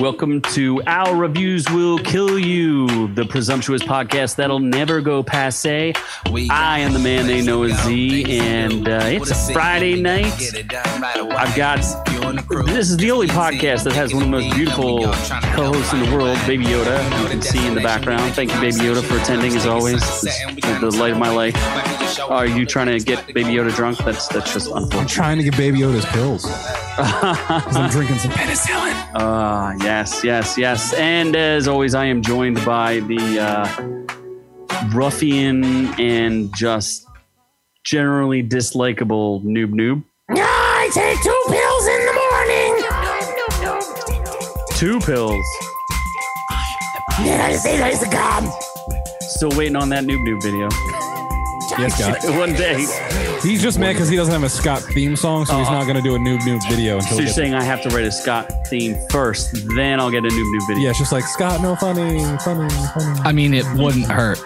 welcome to Our Reviews Will Kill You, the presumptuous podcast that'll never go passe. I am the man they know as Z, and uh, it's a Friday night. I've got this is the only podcast that has one of the most beautiful co-hosts in the world, Baby Yoda. You can see in the background. Thank you, Baby Yoda, for attending as always. It's the light of my life. Are you trying to get Baby Yoda drunk? That's that's just I'm unfortunate. trying to get Baby Yoda's pills. 'Cause I'm drinking some penicillin. Ah, yes, yes, yes. And as always, I am joined by the uh, ruffian and just generally dislikable noob noob. I take two pills in the morning. Two pills. Did I say that is a god? Still waiting on that noob noob video. Yes, God. One day. He's just mad because he doesn't have a Scott theme song, so he's not going to do a noob noob video until. So we you're get- saying I have to write a Scott theme first, then I'll get a noob noob video. yeah, it's just like Scott, no funny, funny, funny. I mean, it wouldn't hurt.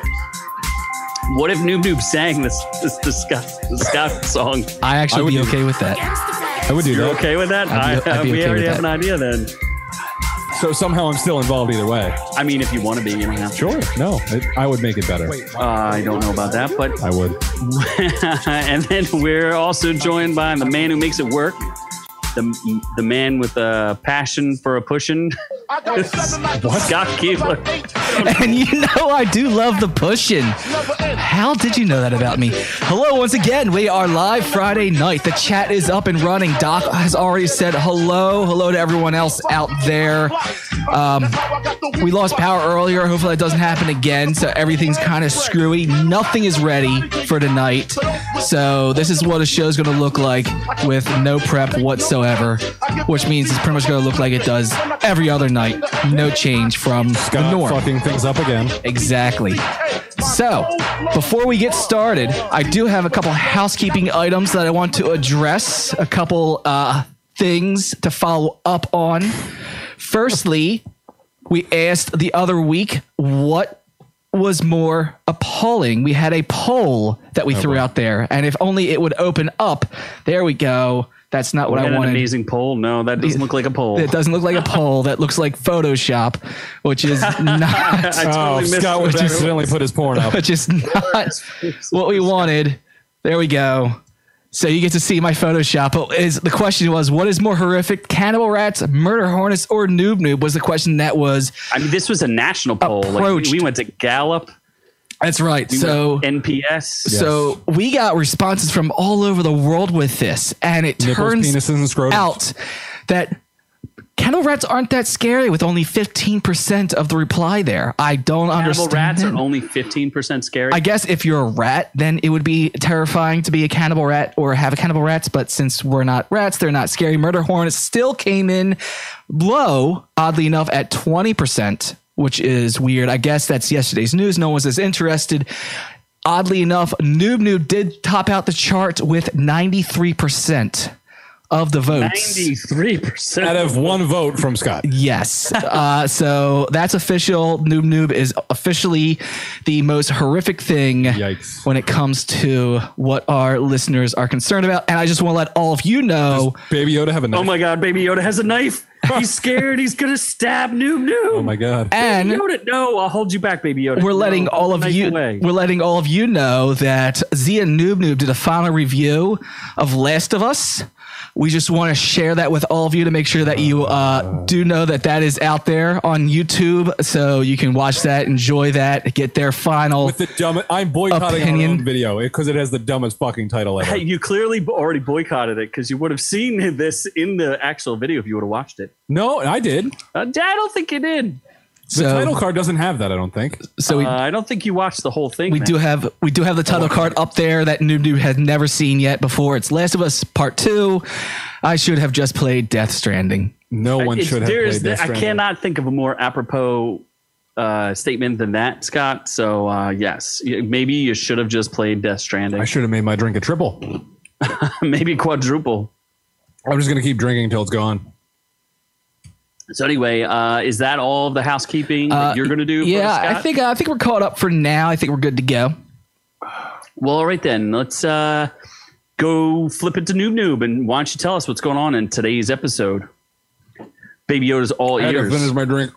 What if Noob Noob sang this this, this, Scott, this Scott song? I actually I would would be do- okay with that. I would do You're that. okay with that? I'd be- I, I'd be we okay already with have an that. idea then. So somehow I'm still involved either way. I mean, if you want to be, you know. Sure. No, it, I would make it better. Uh, I don't know about that, but I would. and then we're also joined by the man who makes it work, the the man with a passion for a pushing, Scott Keebler. And you know, I do love the pushing. How did you know that about me? Hello, once again. We are live Friday night. The chat is up and running. Doc has already said hello. Hello to everyone else out there. Um, we lost power earlier. Hopefully, that doesn't happen again. So everything's kind of screwy. Nothing is ready for tonight. So this is what the show's going to look like with no prep whatsoever, which means it's pretty much going to look like it does every other night. No change from the God, norm. fucking things up again. Exactly. So, before we get started, I do have a couple housekeeping items that I want to address, a couple uh, things to follow up on. Firstly, we asked the other week what was more appalling. We had a poll that Oh, we threw out there, and if only it would open up. There we go. That's not what Had I an wanted. amazing poll. No, that doesn't look like a poll. It doesn't look like a poll. That looks like Photoshop, which is not I Oh, totally missed Scott what would that accidentally put his porn up. which is not what we wanted. There we go. So you get to see my Photoshop. But Is the question was what is more horrific, cannibal rats, murder hornets, or noob noob? Was the question that was. I mean, this was a national poll. Like, we- Approached. we went to Gallup, That's right. So NPS. so we got responses from all over the world with this, and it Nipples, turns penises, and scrotums. out that cannibal rats aren't that scary with only 15% of the reply there. I don't Cannibal understand. rats it. are only 15% scary. I guess if you're a rat, then it would be terrifying to be a cannibal rat or have a cannibal rats. But since we're not rats, they're not scary. Murder hornets still came in low, oddly enough, at 20%, which is weird. I guess that's yesterday's news. No one's as interested. Oddly enough, Noob Noob did top out the chart with 93% of the votes. 93%. Out of one vote from Scott. Yes. Uh, so that's official. Noob Noob is officially the most horrific thing Yikes. when it comes to what our listeners are concerned about. And I just want to let all of you know Baby Yoda have a knife. oh my God, Baby Yoda has a knife. He's scared. He's going to stab Noob Noob. Oh my God. and Yoda, no, I'll hold you back, Baby Yoda. we're letting No, all of knife you away. we're letting all of you know that Zia Noob Noob did a final review of Last of Us. We just want to share that with all of you to make sure that you uh, do know that that is out there on YouTube, so you can watch that, enjoy that, get their final. With the dumbest, I'm boycotting Opinion. our own video because it has the dumbest fucking title ever. Hey, you clearly b- already boycotted it because you would have seen this in the actual video if you would have watched it. No, I did. Uh, I don't think you did. The so, title card doesn't have that, I don't think. so we, Uh, I don't think you watched the whole thing. we do have we do have the title card up there that Noob Noob has never seen yet before. It's Last of Us Part Two. I should have just played Death Stranding. No one It's- should have there played is- this. I Stranding. cannot think of a more apropos uh, statement than that, Scott. So uh, yes, y- maybe you should have just played Death Stranding, I should have made my drink a triple. maybe quadruple. I'm just gonna keep drinking until it's gone. So anyway, uh, is that all of the housekeeping Uh, that you're going to do? for Yeah, us, I Scott? think I think we're caught up for now. I think we're good to go. Well, all right then. Let's uh, go flip it to Noob Noob, and why don't you tell us what's going on in today's episode? Baby Yoda's all I had to finish ears. my drink.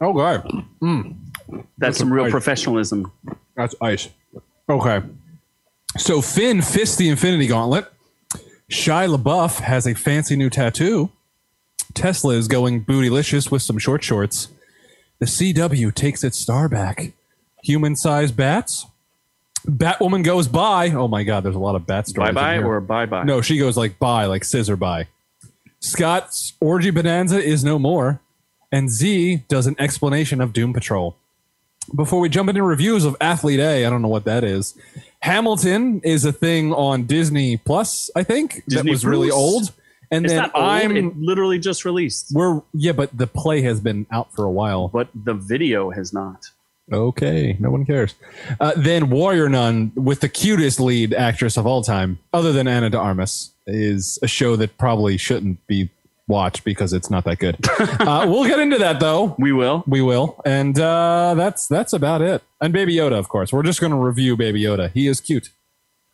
Oh god, That's some real Right. professionalism. that's ice. Okay, so Finn fists the Infinity Gauntlet. Shia LaBeouf has a fancy new tattoo. Tesla is going bootylicious with some short shorts. The CW takes its star back. Human-sized bats. Batwoman goes by. Oh my god, there's a lot of bat stories. Bye in bye here. or bye bye. No, she goes like bye, like scissor bye. Scott's orgy bonanza is no more, and Z does an explanation of Doom Patrol. Before we jump into reviews of Athlete A, I don't know what that is. Hamilton is a thing on Disney Plus, I think. Disney that was really Plus. old. And it's then not old. I'm it literally just released, we're yeah, but the play has been out for a while. but the video has not. Okay, no one cares. Uh, then Warrior Nun with the cutest lead actress of all time, other than Anna de Armas, is a show that probably shouldn't be watched because it's not that good. uh, we'll get into that though. We will. We will, and uh, that's that's about it. And Baby Yoda, of course. We're just going to review Baby Yoda. He is cute.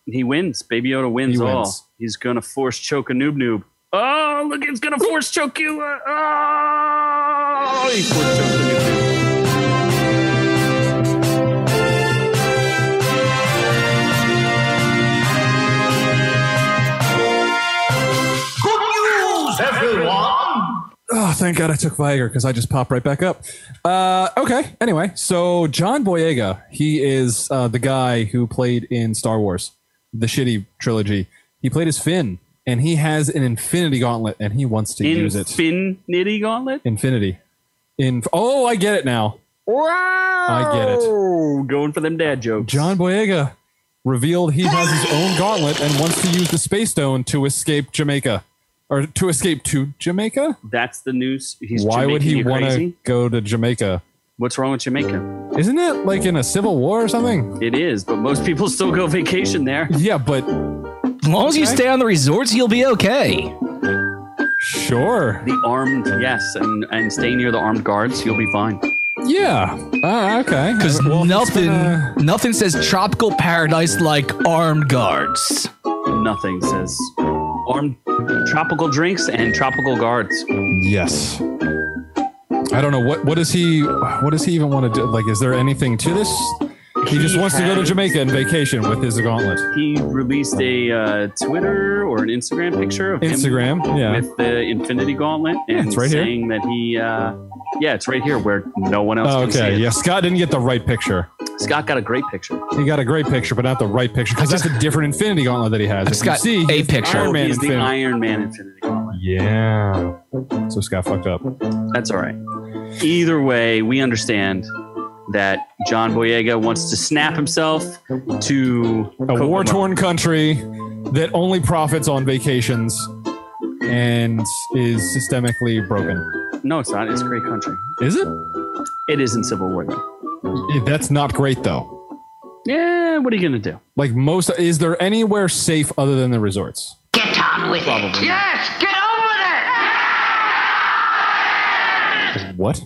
He wins. Baby Yoda wins, He wins. all. He's gonna force choke a noob noob. Oh, look, it's gonna force choke you. Uh, oh, he force choked the noob noob. Oh, thank God I took Viagra because I just popped right back up. Uh, okay. Anyway, so John Boyega, he is uh, the guy who played in Star Wars, the shitty trilogy. He played as Finn, and he has an Infinity Gauntlet, and he wants to use it. Infinity Gauntlet. Infinity. In oh, I get it now. I get it. Oh, Going for them dad jokes. John Boyega revealed he has his own gauntlet and wants to use the Space Stone to escape Jamaica, or to escape to Jamaica. That's the news. He's Why would he want want to to? go to Jamaica? What's wrong with Jamaica? Isn't it like in a civil war or something? It is, but most people still go vacation there. Yeah, but As long as you stay on the resorts, you'll be okay. sure. The armed, yes, and and stay near the armed guards. You'll be fine. Yeah. Ah, okay. Because Well, it's nothing, been, uh, nothing says tropical paradise like armed guards. Nothing says armed tropical drinks and tropical guards. yes. I don't know what what does he what does he even want to do? Like, is there anything to this? He just He wants to go to has- Jamaica and vacation with his gauntlet. He released a uh, Twitter or an Instagram picture of him Instagram. Yeah. with the Infinity Gauntlet and it's right here. saying that he. Uh, yeah, it's right here where no one else. Oh, can see okay. it. Yeah. Scott didn't get the right picture. Scott got a great picture. He got a great picture, but not the right picture because that's a different Infinity Gauntlet that he has. just If you got a he's the picture. Iron Oh, Man he's the Infinity. Iron Man Infinity Gauntlet. Yeah. So Scott fucked up. That's all right. Either way, we understand that John Boyega wants to snap himself to a Kokomo. war torn country that only profits on vacations and is systemically broken. No, it's not. It's a great country. Is it? It is in Civil War though. Yeah, That's not great though. Yeah, what are you gonna do? Like most, is there anywhere safe other than the resorts? Get on with it. Probably. Yes, get over it. What?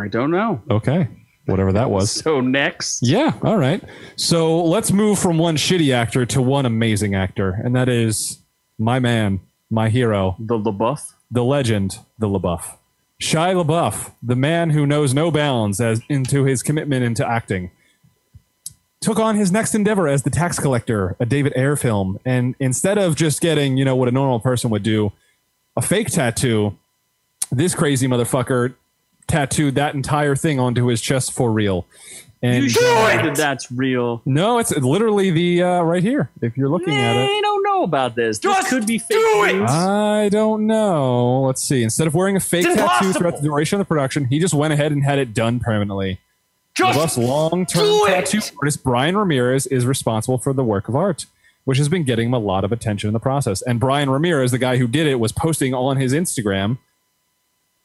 I don't know. Okay. Whatever that was. So next, Yeah. All right. So let's move from one shitty actor to one amazing actor, and that is my man, my hero, the LaBeouf. the legend, the LaBeouf. Shia LaBeouf, the man who knows no bounds as into his commitment into acting, took on his next endeavor as the tax collector, a David Ayer film, and instead of just getting, you know, what a normal person would do, a fake tattoo, this crazy motherfucker tattooed that entire thing onto his chest for real. And You sure that that's real? no, it's literally the uh, right here. If you're looking at it. I don't know about this. this could be fake news. I don't know. Let's see. Instead of wearing a fake tattoo throughout the duration of the production, he just went ahead and had it done permanently. LaBeouf's long-term tattoo artist Brian Ramirez is responsible for the work of art, which has been getting him a lot of attention in the process. And Brian Ramirez, the guy who did it, was posting on his Instagram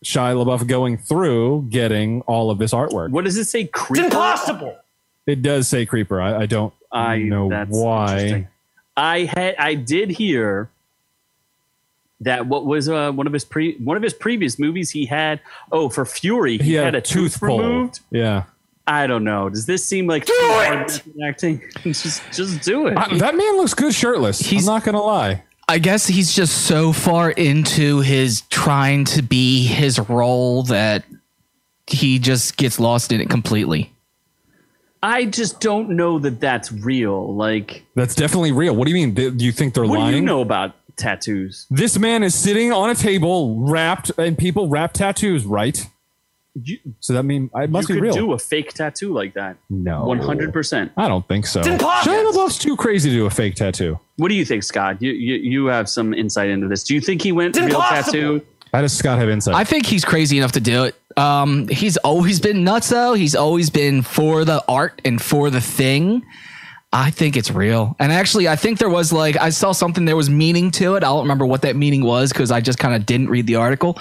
Shia LaBeouf going through getting all of this artwork. What does it say? Creeper? It does say creeper. I, I don't I know that's why. interesting. I had I did hear that what was uh, one of his pre one of his previous movies he had oh for Fury He, had, a tooth, pulled. removed. Yeah. I don't know. Does this seem like do acting? just just do it. I- that man looks good shirtless. He's- I'm not going to lie. I guess he's just so far into his trying to be his role that he just gets lost in it completely. I just don't know that that's real. Like, That's definitely real. What do you mean? Do do you think they're what lying? do you know about tattoos? This man is sitting on a table wrapped, and people wrap tattoos, right? You, So that mean it must you be could real. Hmm. do a fake tattoo like that. Oh. No. One hundred percent. I don't think so. Shia LaBeouf's too crazy to do a fake tattoo. What do you think, Scott? You, you you have some insight into this. Do you think he went real tattoo? How does Scott have insight? I think he's crazy enough to do it. Um, he's always been nuts though. He's always been for the art and for the thing. I think it's real. And actually, I think there was like I saw something there was meaning to it. I don't remember what that meaning was because I just kind of didn't read the article.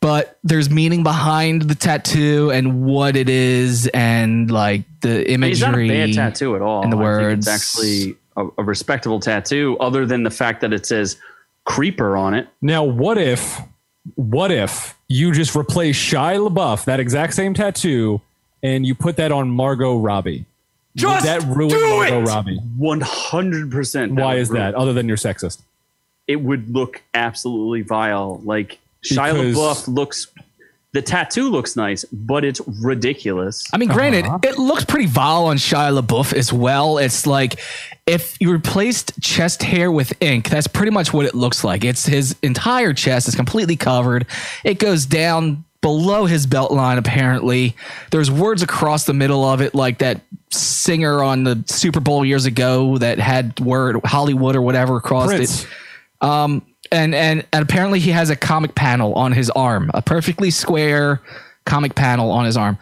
But there's meaning behind the tattoo and what it is and like the imagery. It's not a bad tattoo at all. and the I think it's words. actually a, a respectable tattoo, other than the fact that it says "creeper" on it. now, what if, what if you just replace Shia LaBeouf, that exact same tattoo, and you put that on Margot Robbie? Just Would that ruin Margot Robbie? One hundred percent. Why is that? Other than you're sexist. It would look absolutely vile. Like Shia Because- LaBeouf looks. The tattoo looks nice, but it's ridiculous. I mean, granted, it looks pretty vile on Shia LaBeouf as well. It's like if you replaced chest hair with ink, that's pretty much what it looks like. It's his entire chest is completely covered. It goes down below his belt line, apparently. There's words across the middle of it, like that singer on the Super Bowl years ago that had word Hollywood or whatever across it Prince. and and and apparently he has a comic panel on his arm, a perfectly square comic panel on his arm.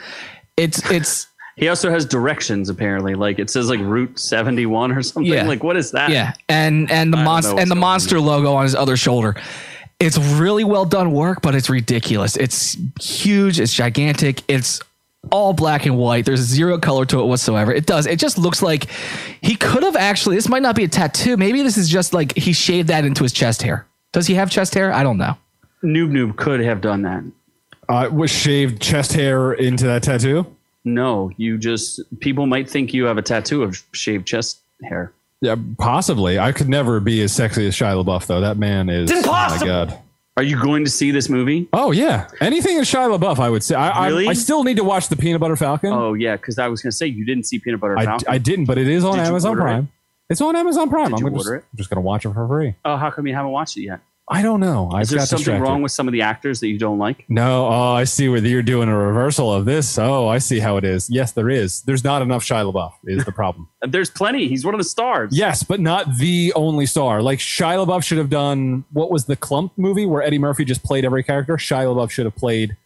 It's it's He also has directions apparently. Like it says like Route 71 or something. Yeah. Like what is that? yeah, and and the don't know monster what's and the going monster logo on his other shoulder. It's really well done work, but it's ridiculous. It's huge. It's gigantic. It's all black and white. There's zero color to it whatsoever. It does. It just looks like he could have actually. This might not be a tattoo. Maybe this is just like he shaved that into his chest hair. Does he have chest hair? I don't know. Noob Noob could have done that. Uh, was shaved chest hair into that tattoo? No, you just people might think you have a tattoo of shaved chest hair. Yeah, possibly. I could never be as sexy as Shia LaBeouf, though. That man is. Oh my god. Are you going to see this movie? Oh yeah, anything in Shia LaBeouf, I would say. I, Really? I, I still need to watch the Peanut Butter Falcon. Oh yeah, because I was gonna say you didn't see Peanut Butter Mm-hmm. I, Falcon. I didn't, but it is on Did you Amazon order it? Prime. It's on Amazon Prime. Did I'm you gonna just, order it? I'm just gonna watch it for free. oh, how come you haven't watched it yet? I don't know. I Is there got something distracted. wrong with some of the actors that you don't like? no, oh, I see whether you're doing a reversal of this. Oh, I see how it is. Yes, there is. There's not enough Shia LaBeouf is the problem. Uh, There's plenty. He's one of the stars. yes, but not the only star. Like Shia LaBeouf should have done what was the Clump movie where Eddie Murphy just played every character. Shia LaBeouf should have played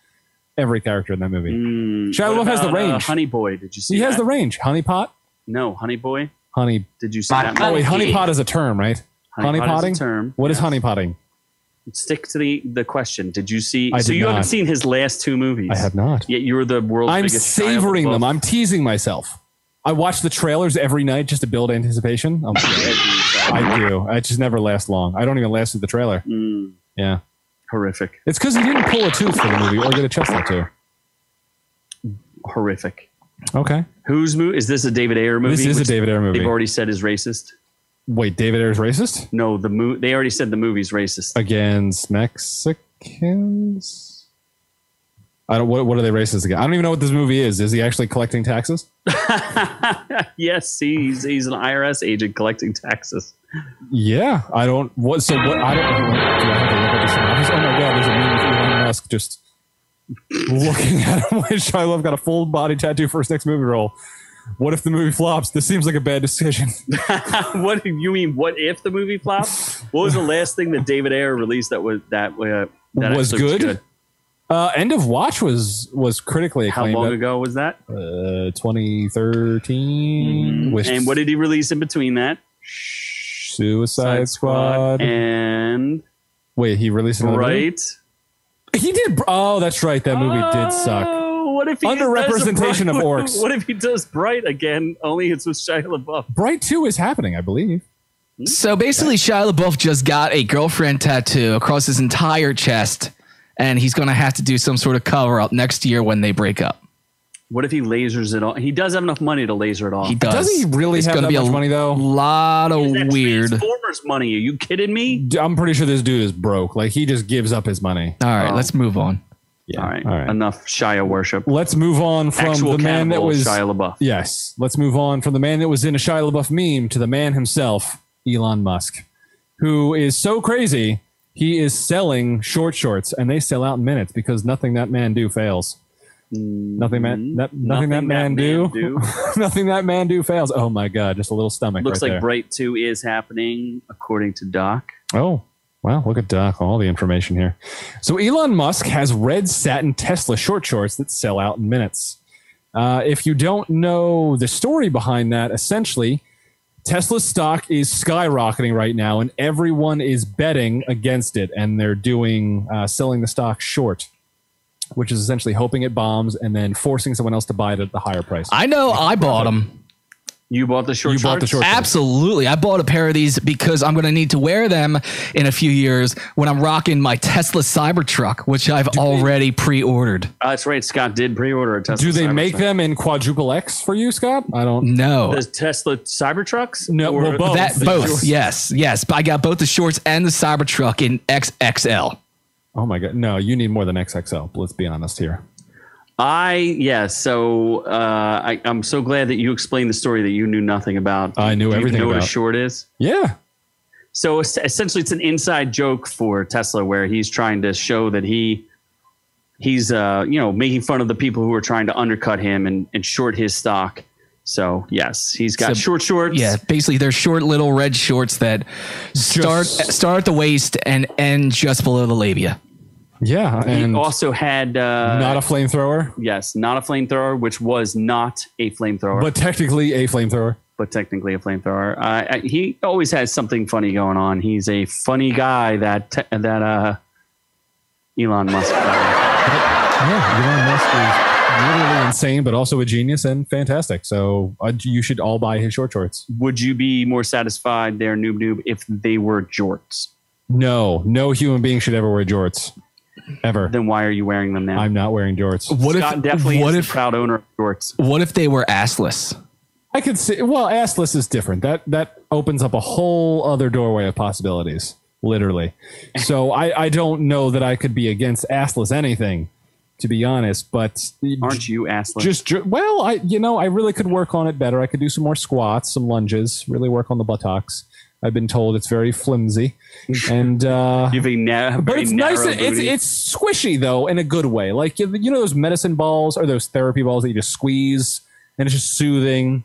every character in that movie. Mm. Shia What LaBeouf has the about, uh, range. Honey Boy, did you see? he has that? the range. Honey pot, no Honey Boy. honey Did you see that? Oh wait, honey pot is a term, right? Honey Honey, pot is a potting. term, What is yes. honey potting? Stick to the the question. Did you see? I so did you haven't not. seen his last two movies. I have not. Yet you're the world's I'm biggest Shia savoring LaBeouf them. I'm teasing myself. I watch the trailers every night just to build anticipation. I'm- I do. I just never last long. I don't even last through the trailer. Yeah, Mm. horrific, it's because he didn't pull a tooth for the movie or get a chest tattoo. horrific. Okay, Whose movie is this? A David Ayer movie? this is a which David Ayer movie. They've already said is racist. Wait, David Ayer's racist No, the mo- They already said the movie's racist. against Mexicans. I don't. What, what are they racist against? I don't even know what this movie is. Is he actually collecting taxes? Yes, see, he's he's an IRS agent collecting taxes. Yeah, I don't. What? So what? I don't. Do I have to look at the synopsis? Oh my god, there's a meme with Elon Musk just looking at him when Shia LaBeouf got a full body tattoo for his next movie role. What if the movie flops? This seems like a bad decision. what do you mean? What if the movie flopped? What was the last thing that David Ayer released that was that uh, that was actually good. Uh, End of Watch was was critically How acclaimed. long but, ago was that? Uh, 2013. With And what did he release in between that? Suicide Squad? and Wait, he released another movie? right. He did. Oh, that's right. That movie did suck. Oh, What if he does Underrepresentation of Bright- orcs. What if he does bright again? Only it's with Shia LaBeouf. Bright Two is happening, I believe. So basically, Shia LaBeouf just got a girlfriend tattoo across his entire chest, and he's going to have to do some sort of cover up next year when they break up. What if he lasers it on? He does have enough money to laser it off. He does. Does he really it's have gonna that be much a money, though? lot of That's weird. All Transformers money. Are you kidding me? D- I'm pretty sure this dude is broke. Like he just gives up his money. right, let's move on. Yeah. All right. Enough Shia worship. Let's move on from Actual the man that cannibal was. Shia LaBeouf. Yes. Let's move on from the man that was in a Shia LaBeouf meme to the man himself, Elon Musk, who is so crazy he is selling short shorts, and they sell out in minutes because nothing that man do fails. Mm-hmm. Nothing man, that, nothing, that man, do, nothing that man do fails. Oh my god, just a little stomach. Looks right like Bright 2 is happening, according to Doc. there. oh wow, look at Doc, all the information here. So Elon Musk has red satin Tesla short shorts that sell out in minutes. Uh, if you don't know the story behind that, essentially, Tesla's stock is skyrocketing right now, and everyone is betting against it, and they're doing uh, selling the stock short, which is essentially hoping it bombs and then forcing someone else to buy it at the higher price. I know I bought them. You bought the short You bought the shorts? short- Absolutely. I bought a pair of these because I'm going to need to wear them in a few years when I'm rocking my Tesla Cybertruck, which I've already pre ordered. Uh, that's right. Scott did pre order a Tesla. Do they Cybertruck. make them in quadruple X for you, Scott? I don't. No. The Tesla Cybertrucks? No, Or- well, both. That the both. shorts. Yes. Yes. But I got both the shorts and the Cybertruck in XXL. Oh my god, no! You need more than XXL. Let's be honest here. I, yeah. So uh, I, I'm so glad that you explained the story that you knew nothing about. I knew Do everything You know what a about. short is? Yeah, So es- essentially, it's an inside joke for Tesla, where he's trying to show that he he's uh, you know making fun of the people who are trying to undercut him and, and short his stock. So yes, he's got So- short shorts. Yeah, basically they're short little red shorts that start start at the waist and end just below the labia. yeah, He and also had uh, not a flamethrower, yes, not a flamethrower, which was not a flamethrower, but, but technically a flamethrower. technically a flamethrower. Uh, he always has something funny going on. He's a funny guy. That te- that uh, Elon Musk. guy. Yeah, Elon Musk is literally insane, but also a genius and fantastic. So uh, you should all buy his short shorts. Would you be more satisfied there, noob noob, if they were jorts? No, no human being should ever wear jorts, ever. then why are you wearing them now? I'm not wearing jorts. What Scott if definitely what is if the proud owner of shorts. what if they were assless? I could see. Well, assless is different. That that opens up a whole other doorway of possibilities, literally. So I I don't know that I could be against assless anything, to be honest. But Aren't you assless? just ju- well, I you know I really could work on it better. I could do some more squats, some lunges, really work on the buttocks. I've been told it's very flimsy, and uh, you have a na- but very it's nice. narrow and- It's booty. it's squishy though, in a good way. Like you, you know those medicine balls or those therapy balls that you just squeeze, and it's just soothing.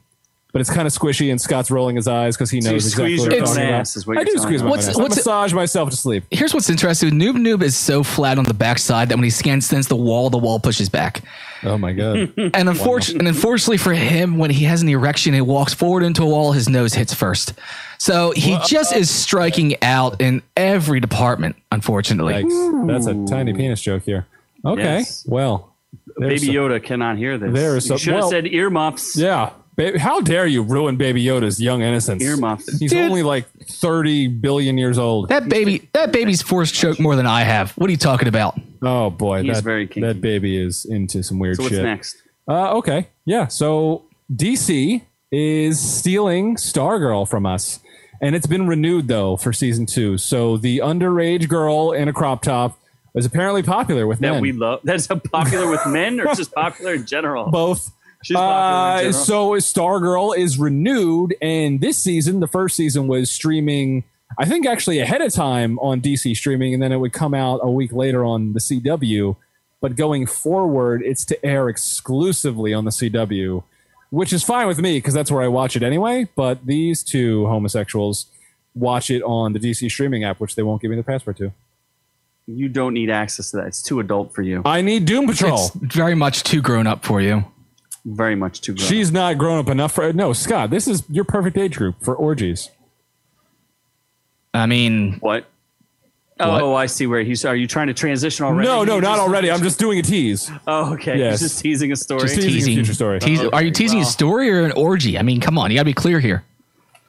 But it's kind of squishy, and Scott's rolling his eyes because he you knows squeeze your exactly what I'm own talking about. ass is what I you're do telling squeeze me. my What's- what's, ass. I what's- massage myself to sleep. Here's what's interesting. Noob Noob is so flat on the backside that when he scans against the wall, the wall pushes back. Oh my god! And unfortunately, and unfortunately for him, when he has an erection, it walks forward into a wall. His nose hits first, so he just is striking out in every department. Unfortunately, Yikes. That's a tiny penis joke here. Okay, Yes. well, there's Baby some- Yoda cannot hear this. There is you some- should have well- said earmuffs. Yeah. Baby, how dare you ruin Baby Yoda's young innocence? Earmuffs. He's only like 30 billion years old. that baby, that baby's forced choke more than I have. What are you talking about? oh boy, He's that, very kinky. that baby is into some weird So what's shit. next? Uh, okay, yeah. So DC is stealing Stargirl from us, and it's been renewed though for season two. So the underage girl in a crop top is apparently popular with That men. we love. That's a popular with men or just popular in general? both. She's popular in Uh, general. so Stargirl is renewed, and this season, the first season was streaming, I think actually ahead of time on DC streaming, and then it would come out a week later on the CW. But going forward, it's to air exclusively on the CW, which is fine with me because that's where I watch it anyway. But these two homosexuals watch it on the DC streaming app, which they won't give me the password to. you don't need access to that. It's too adult for you. I need Doom Patrol. It's very much too grown up for you. Very much too grown. She's not grown up enough for no, Scott. This is your perfect age group for orgies. I mean, what? Oh, I see where he's. Are you trying to transition already? No, no, You not just- already. I'm just doing a tease. Oh, okay. Yes. He's just teasing a story. Just teasing. teasing. Future story. Uh, Tease, are you teasing a story or an orgy? I mean, come on, you gotta be clear here.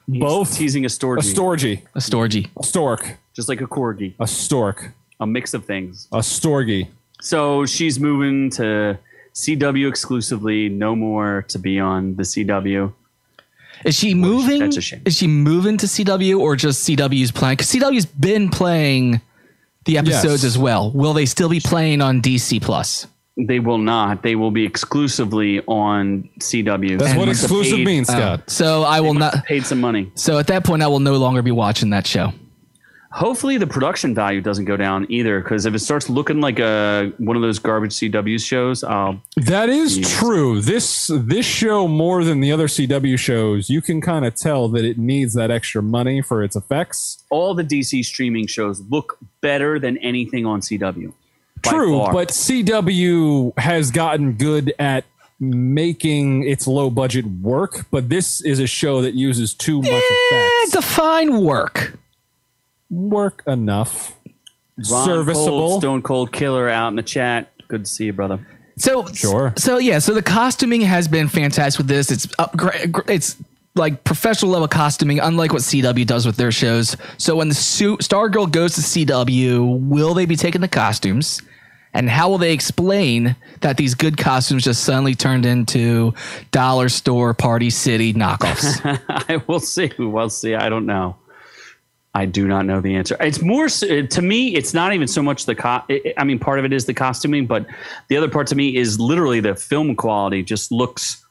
He's Both. teasing a story. A storgy, A storgy. a stork, Just like a corgi. a stork, A mix of things. a storgy. So she's moving to CW exclusively. No more to be on the CW. Is she moving? that's a shame. Is she moving to CW or just CW's playing? Because CW's been playing the episodes Yes. as well. Will they still be playing on DC Plus? They will not. They will be exclusively on CW. That's They what must have exclusive paid- means, Scott. So I will not. Paid some money. So at that point, I will no longer be watching that show. Hopefully, the production value doesn't go down either. Because if it starts looking like a one of those garbage CW shows, um, I'll That is true. This this show more than the other CW shows, you can kind of tell that it needs that extra money for its effects. all the DC streaming shows look better than anything on CW. by True, far. but CW has gotten good at making its low budget work, but this is a show that uses too much Eh, effects. define work. Work enough. Ron serviceable. Cold, Stone Cold Killer out in the chat. Good to see you, brother. So Sure. So yeah. So the costuming has been fantastic with this. It's upgrade. It's like professional level costuming, unlike what CW does with their shows. So when the suit Stargirl goes to CW, will they be taking the costumes? And how will they explain that these good costumes just suddenly turned into dollar store party city knockoffs? I will see. We'll see. I don't know. I do not know the answer. It's more s- uh, to me. It's not even so much the. Co- I- I- I mean, part of it is the costuming, but the other part to me is literally the film quality just looks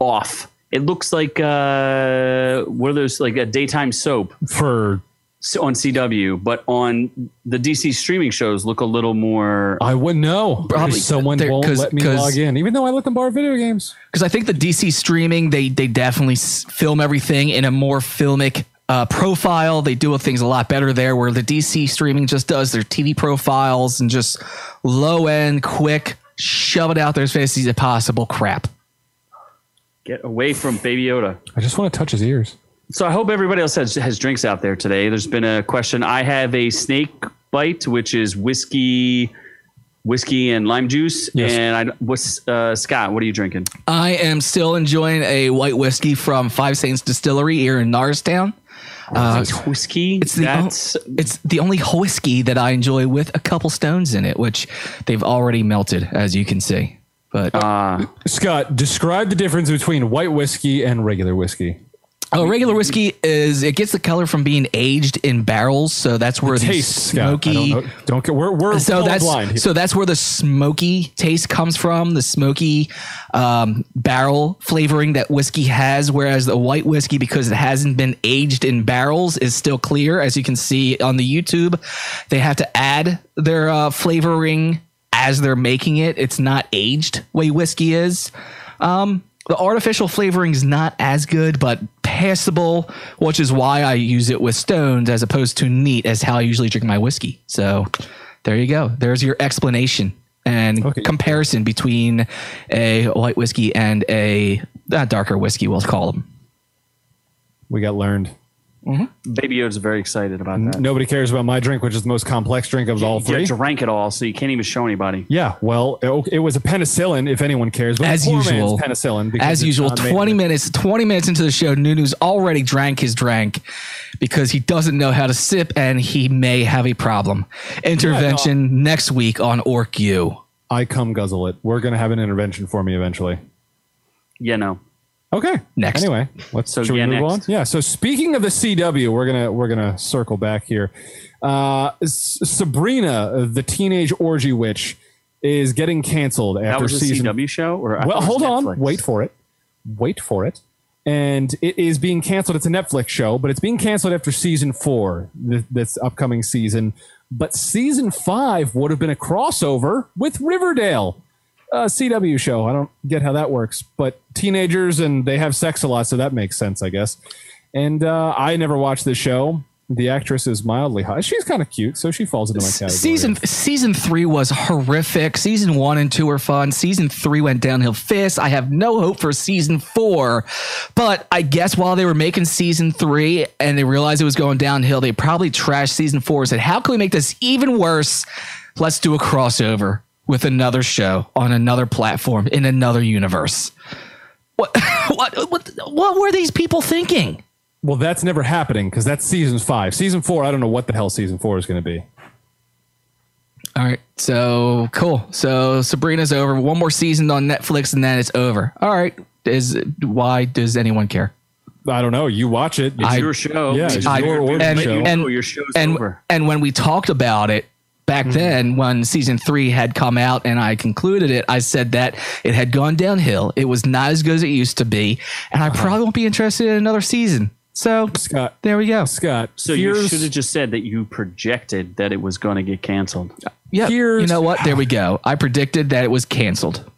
off. It looks like uh, what are those like a daytime soap For s- on CW, but on the DC streaming shows look a little more. I wouldn't know. Probably. someone They're- won't 'cause- let me 'cause- log in, even though I let them borrow video games. Because I think the DC streaming, they they definitely s- film everything in a more filmic uh, profile. They do things a lot better there, where the DC streaming just does their TV profiles and just low end, quick, shove it out there as fast as possible. Crap. Get away from Baby Yoda. I just want to touch his ears. So I hope everybody else has, has drinks out there today. There's been a question. I have a snake bite, which is whiskey, whiskey and lime juice. Yes. And I what's uh, Scott? What are you drinking? I am still enjoying a white whiskey from Five Saints Distillery here in Narstown. Uh, it's whiskey. It's the That's it's the only whiskey that I enjoy with a couple stones in it, which they've already melted, as you can see. But Scott, describe the difference between white whiskey and regular whiskey. Oh, regular whiskey is it gets the color from being aged in barrels, so that's where the Taste, Scott. I smoky. don't know. Don't get. We're we're So that's blind. so that's where the smoky taste comes from, the smoky um, barrel flavoring that whiskey has. Whereas the white whiskey, because it hasn't been aged in barrels, is still clear, as you can see on the YouTube. They have to add their uh, flavoring as they're making it. It's not aged way whiskey is. Um, the artificial flavoring is not as good, but passable, which is why I use it with stones as opposed to neat, as how I usually drink my whiskey. So there you go. There's your explanation and Okay. comparison between a white whiskey and a uh, darker whiskey, we'll call them. we got learned. Baby Yoda's very excited about that. Nobody cares about my drink, which is the most complex drink of all You three. drank it all, so you can't even show anybody. Yeah, well, it, it was a penicillin, if anyone cares. But As poor man's usual. penicillin. because As it's usual, not made 20 with- minutes, 20 minutes into the show, Nunu's already drank his drink because he doesn't know how to sip and he may have a problem. Intervention next week on Orc U. I come guzzle it. We're gonna have an intervention for me eventually. Yeah, no. Okay. Next. Anyway, let's So, should we yeah, move next. on? Yeah. So speaking of the CW, we're gonna we're gonna circle back here. Uh, S- Sabrina, the teenage orgy witch, is getting canceled That after was a season. CW show, or I Well, thought it was hold on. Netflix. Wait for it. Wait for it. And it is being canceled. It's a Netflix show, but it's being canceled after season four, th- this upcoming season. But season five would have been a crossover with Riverdale, a CW show. I don't get how that works, but teenagers and they have sex a lot, so that makes sense, I guess. And uh, I never watched this show. The actress is mildly hot. She's kind of cute, so she falls into my category. Season season three was horrific. Season one and two are fun. Season three went downhill fast. I have no hope for season four. But I guess while they were making season three and they realized it was going downhill, they probably trashed season four and said, How can we make this even worse? Let's do a crossover with another show on another platform in another universe. What what what, what were these people thinking? Well, that's never happening because that's season five. Season four, I don't know what the hell season four is going to be. All right. So cool. So Sabrina's over. One more season on Netflix and then it's over. All right. Is why does anyone care? I don't know. You watch it. I- your show. Yeah, it's I- your and, show. and, And- your show's and over. and when we talked about it back then when season three had come out and i concluded it i said that it had gone downhill it was not as good as it used to be and i probably won't be interested in another season so Scott. there we go Scott. So you here's- should have just said that you projected that it was going to get canceled. yeah you here's- know what there we go i predicted that it was canceled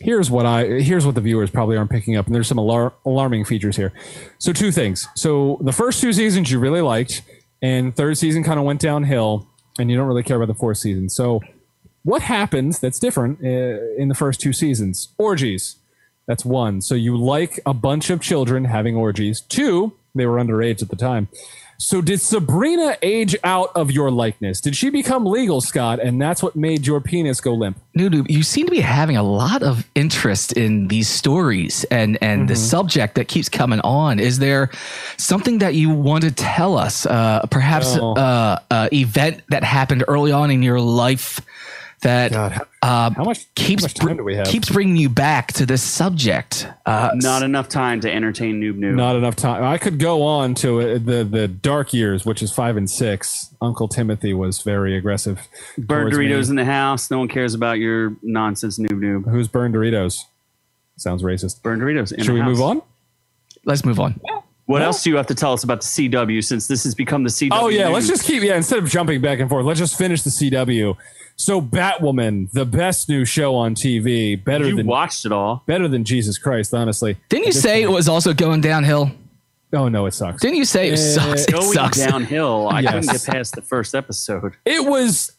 here's what I here's what the viewers probably aren't picking up, and there's some alar- alarming features here. So two things. So the first two seasons you really liked, and third season kind of went downhill, and you don't really care about the fourth season. So what happens that's different uh, in the first two seasons? Orgies. That's one. So you like a bunch of children having orgies. Two, they were underage at the time. So did Sabrina age out of your likeness? Did she become legal, Scott? And that's what made your penis go limp? Nudu, you seem to be having a lot of interest in these stories and and Mm-hmm. the subject that keeps coming on. Is there something that you want to tell us? Uh, perhaps No. uh, uh, event that happened early on in your life that How uh, much, how keeps much time br- do we have? keeps bringing you back to this subject. Uh, Not enough time to entertain Noob Noob. Not enough time. I could go on to uh, the the dark years, which is five and six. Uncle Timothy was very aggressive. Burn towards me. Doritos in the house. No one cares about your nonsense, Noob Noob. Who's burned Doritos? Sounds racist. Burn Doritos. In Should the we house. move on? let's move on. What else do you have to tell us about the CW since this has become the CW? Oh yeah, let's news? just keep yeah. Instead of jumping back and forth, let's just finish the CW. So Batwoman, the best new show on TV, better You than watched it all. better than Jesus Christ, honestly. Didn't you say it was also going downhill? Oh no, it sucks. Didn't you say it sucks? It Going sucks. downhill. I couldn't Yes. get past the first episode. It was,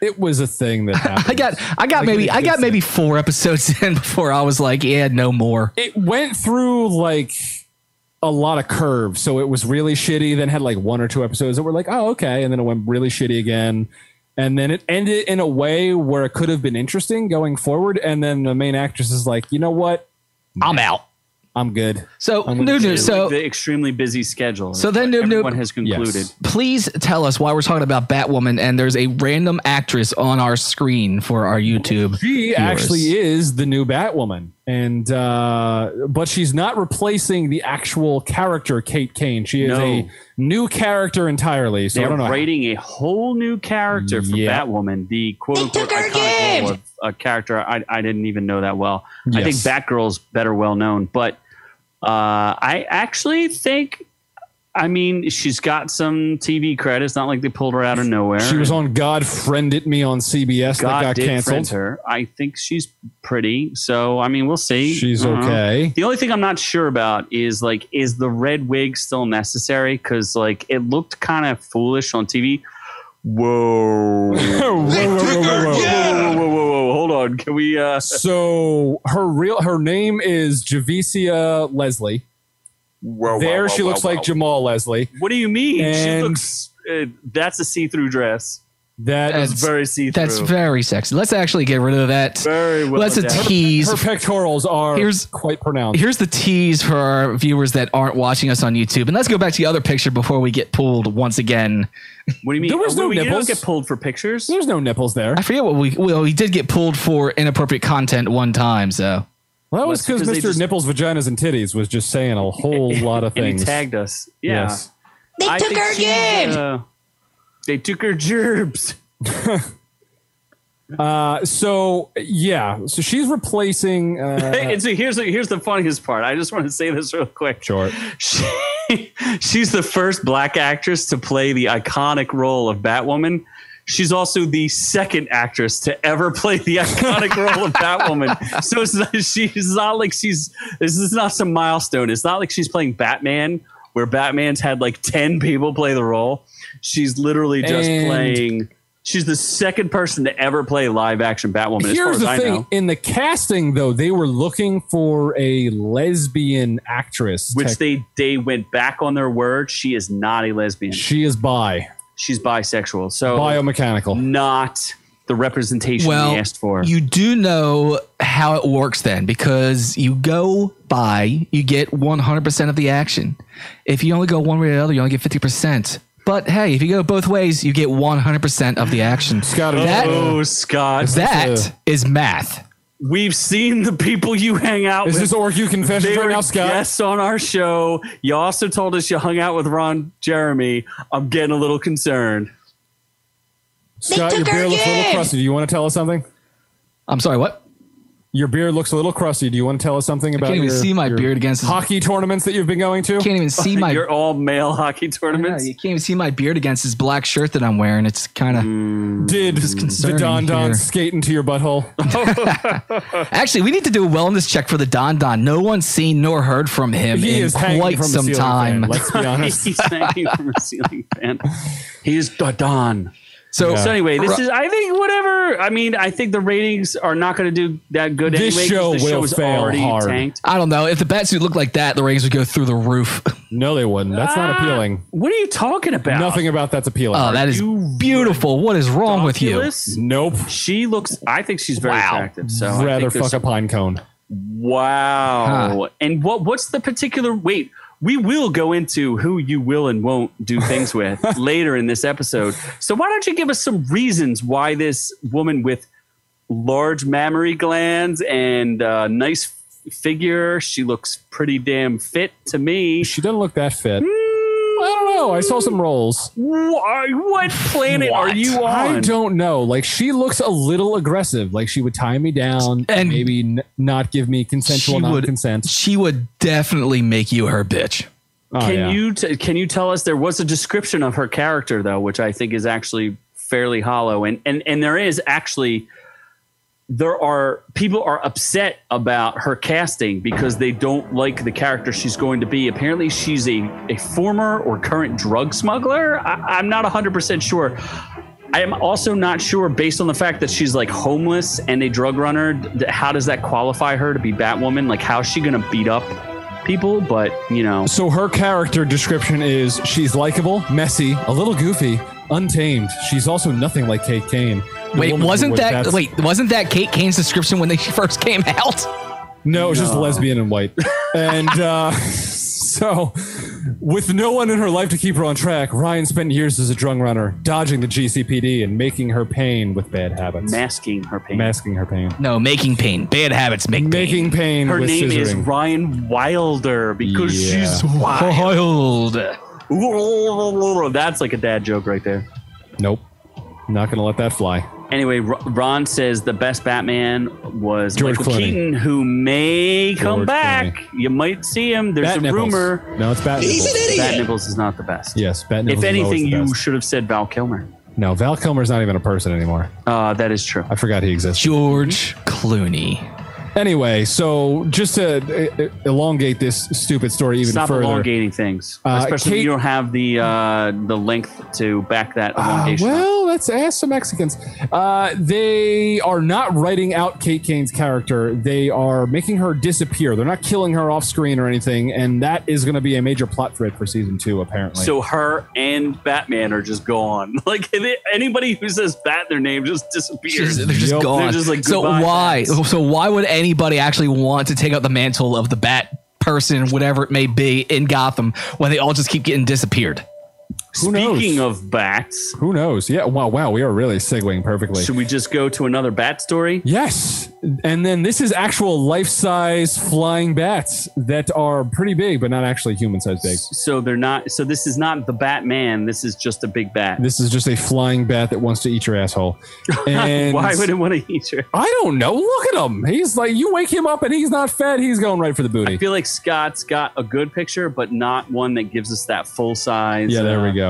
it was a thing that happened. I got I got Like, maybe I got it's- maybe four episodes in before I was like, yeah, no more. it went through like a lot of curves. So it was really shitty, then had like one or two episodes that were like, oh, okay. And then it went really shitty again. And then it ended in a way where it could have been interesting going forward. And then the main actress is like, you know what? I'm out. I'm good. So I'm gonna no, no. choose, So Like, the extremely busy schedule. So then Like, Noob Noob- everyone has concluded. Yes. please tell us why we're talking about Batwoman and there's a random actress on our screen for our YouTube. She actually is the new Batwoman. And, uh, but she's not replacing the actual character, Kate Kane. She is No. a new character entirely. So I They're don't know. writing a whole new character for Yeah. Batwoman, the quote They unquote took our iconic role gig! of a character I, I didn't even know that well. I think Yes. Batgirl's better well known, but uh, I actually think, I mean, she's got some TV credits. Not like they pulled her out of nowhere. She was on God Friend It Me on CBS God that got did friend canceled. her. I think she's pretty. So I mean, we'll see. She's I don't know. okay. The only thing I'm not sure about is like, is the red wig still necessary? Because like, it looked kind of foolish on TV. Whoa. whoa, Whoa, whoa, whoa, whoa, whoa. whoa, whoa, whoa, whoa, Hold on. Can we? Uh, So her real her name is Javicia Leslie. Oh, there she looks like Jamal Leslie. what do you mean? she And- looks. Uh, that's a see-through dress. That That's- It's very see-through. That's very sexy. Let's actually get rid of that. very well. Let's a done. tease. her pectorals are Here's- quite pronounced. Here's the tease for our viewers that aren't watching us on YouTube. And let's go back to the other picture before we get pulled once again. What do you mean? There was Oh, no we don't nipples. Get pulled for pictures. There's no nipples there. I forget what we well, we did get pulled for inappropriate content one time, so Well, that was Unless- because 'cause they Mr. just- Nipples, Vaginas, and Titties was just saying a whole lot of And he things. tagged us. Yeah. Yes. They I took think our she, gig. uh, they took her gerbs. Uh, so yeah, so she's replacing. Uh, and so here's the, here's the funniest part. I just want to say this real quick. short. She, she's the first black actress to play the iconic role of Batwoman. She's also the second actress to ever play the iconic role of Batwoman. So it's not, she's not like she's this is not some milestone. It's not like she's playing Batman where Batman's had like 10 people play the role. She's literally just And- playing She's the second person to ever play live action Batwoman as far Here's as the I thing: know. in the casting, though, they were looking for a lesbian actress. which Tech- they they went back on their word. She is not a lesbian. she is bi, She's bisexual. So biomechanical. not the representation Well, we asked for. You do know how it works then because you go by, you get 100% of the action. If you only go one way or the other, you only get 50%. But hey, if you go both ways, you get 100% of the action. Scott, That- oh, Scott. That is math. We've seen the people you hang out is with. this ORQ confessions they right were now, Scott? guests on our show. You also told us you hung out with Ron Jeremy. I'm getting a little concerned. Scott, They your took beer our looks a little gig! crusty. Do you want to tell us something? I'm sorry, what? Your beard looks a little crusty. Do you want to tell us something about Can't even your, see my your beard against his, hockey tournaments that you've been going to? Can't even see my Your all male hockey Yeah, tournaments. you can't even see my beard against this black shirt that I'm wearing. It's kind of Mm. Did the concerning Don Don here. skate into your butthole? actually we need to do a wellness check for the Don Don. No one's seen nor heard from him he in is hanging quite from the some ceiling time. Fan, let's be honest. He's hanging from a ceiling fan. He's Don. So So anyway, this Right. is. I think whatever. I mean, I think the ratings are not going to do that good This anyway. 'cause show the will show's fail already hard. tanked. I don't know if the batsuit looked like that, the ratings would go through the roof. No, they wouldn't. That's not appealing. Ah, What are you talking about? Nothing about that's appealing. Oh, that is you beautiful. What is wrong with you? Oculus? nope. She looks. I think she's very Wow. attractive. So I Rather think there's fuck a pine cone. Wow. And what what's the particular wait, we will go into who you will and won't do things with later in this episode. So why don't you give us some reasons why this woman with large mammary glands and uh, nice f- figure, she looks pretty damn fit to me. She doesn't look that fit. I don't know. I saw some rolls. Why, what planet are What? you on? I don't know. Like she looks a little aggressive. Like she would tie me down and And- maybe n- not give me She consensual would, non-consent. she would definitely make you her bitch. Oh, Can yeah. you t- can you tell us there was a description of her character though, which I think is actually fairly hollow, and and and there is actually there are people are upset about her casting because they don't like the character she's going to be. Apparently, she's a a former or current drug smuggler. I, I'm not 100 percent sure. I am also not sure, based on the fact that she's like homeless and a drug runner, th- how does that qualify her to be Batwoman? Like, how's she going to beat up people? But you know, So her character description is she's likable, messy, a little goofy, untamed. She's also nothing like Kate Kane. The Wait, woman wasn't with that that's- wait, wasn't that Kate Kane's description when they first came out? No, it was just lesbian and white. And uh, so, with no one in her life to keep her on track, Ryan spent years as a drug runner, dodging the GCPD and making her pain with bad habits, masking her pain. masking her pain, No, making pain. Bad habits make pain. making pain her with name is scissoring. Ryan Wilder because Yeah. she's wild. Wild. That's like a dad joke right there. nope, not gonna let that fly. Anyway, Ro- Ron says the best Batman was George Michael Clooney. Keaton, who may come George back. You might see him. There's Bat a nipples. rumor No, it's bat He's nipples. an idiot. Bat Nibbles is not the best. Yes, bat nipples. If is always anything, the you best. should have said Val Kilmer. no. Val Kilmer's not even a person anymore. Uh, that is true. I forgot he exists. George Clooney. Anyway, so just to uh, elongate this stupid story even Stop further. elongating things, Uh, especially when Kate- you don't have the uh, the length to back that Uh, elongation. up. well, let's ask some Mexicans. Uh, they are not writing out Kate Kane's character. They are making her disappear. They're not killing her off screen or anything, and that is going to be a major plot thread for season two, apparently. So her and Batman are just gone. Like if anybody who says Bat in their name just disappears. Just- they're just Yup. gone. They're just like, so "Goodbye, why? bats." So why would anybody actually want to take up the mantle of the bat person, whatever it may be, in Gotham when they all just keep getting disappeared? who knows? Speaking of bats, who knows? Yeah. Wow. Wow. We are really segueing perfectly. should we just go to another bat story? Yes. And then this is actual life size flying bats that are pretty big, but not actually human size big. So they're not. So this is not the Batman. This is just a big bat. This is just a flying bat that wants to eat your asshole. And why would it want to eat her? I don't know. Look at him. He's like, you wake him up and he's not fed. He's going right for the I booty. feel like Scott's got a good picture, but not one that gives us that full size. Yeah, there uh, we go.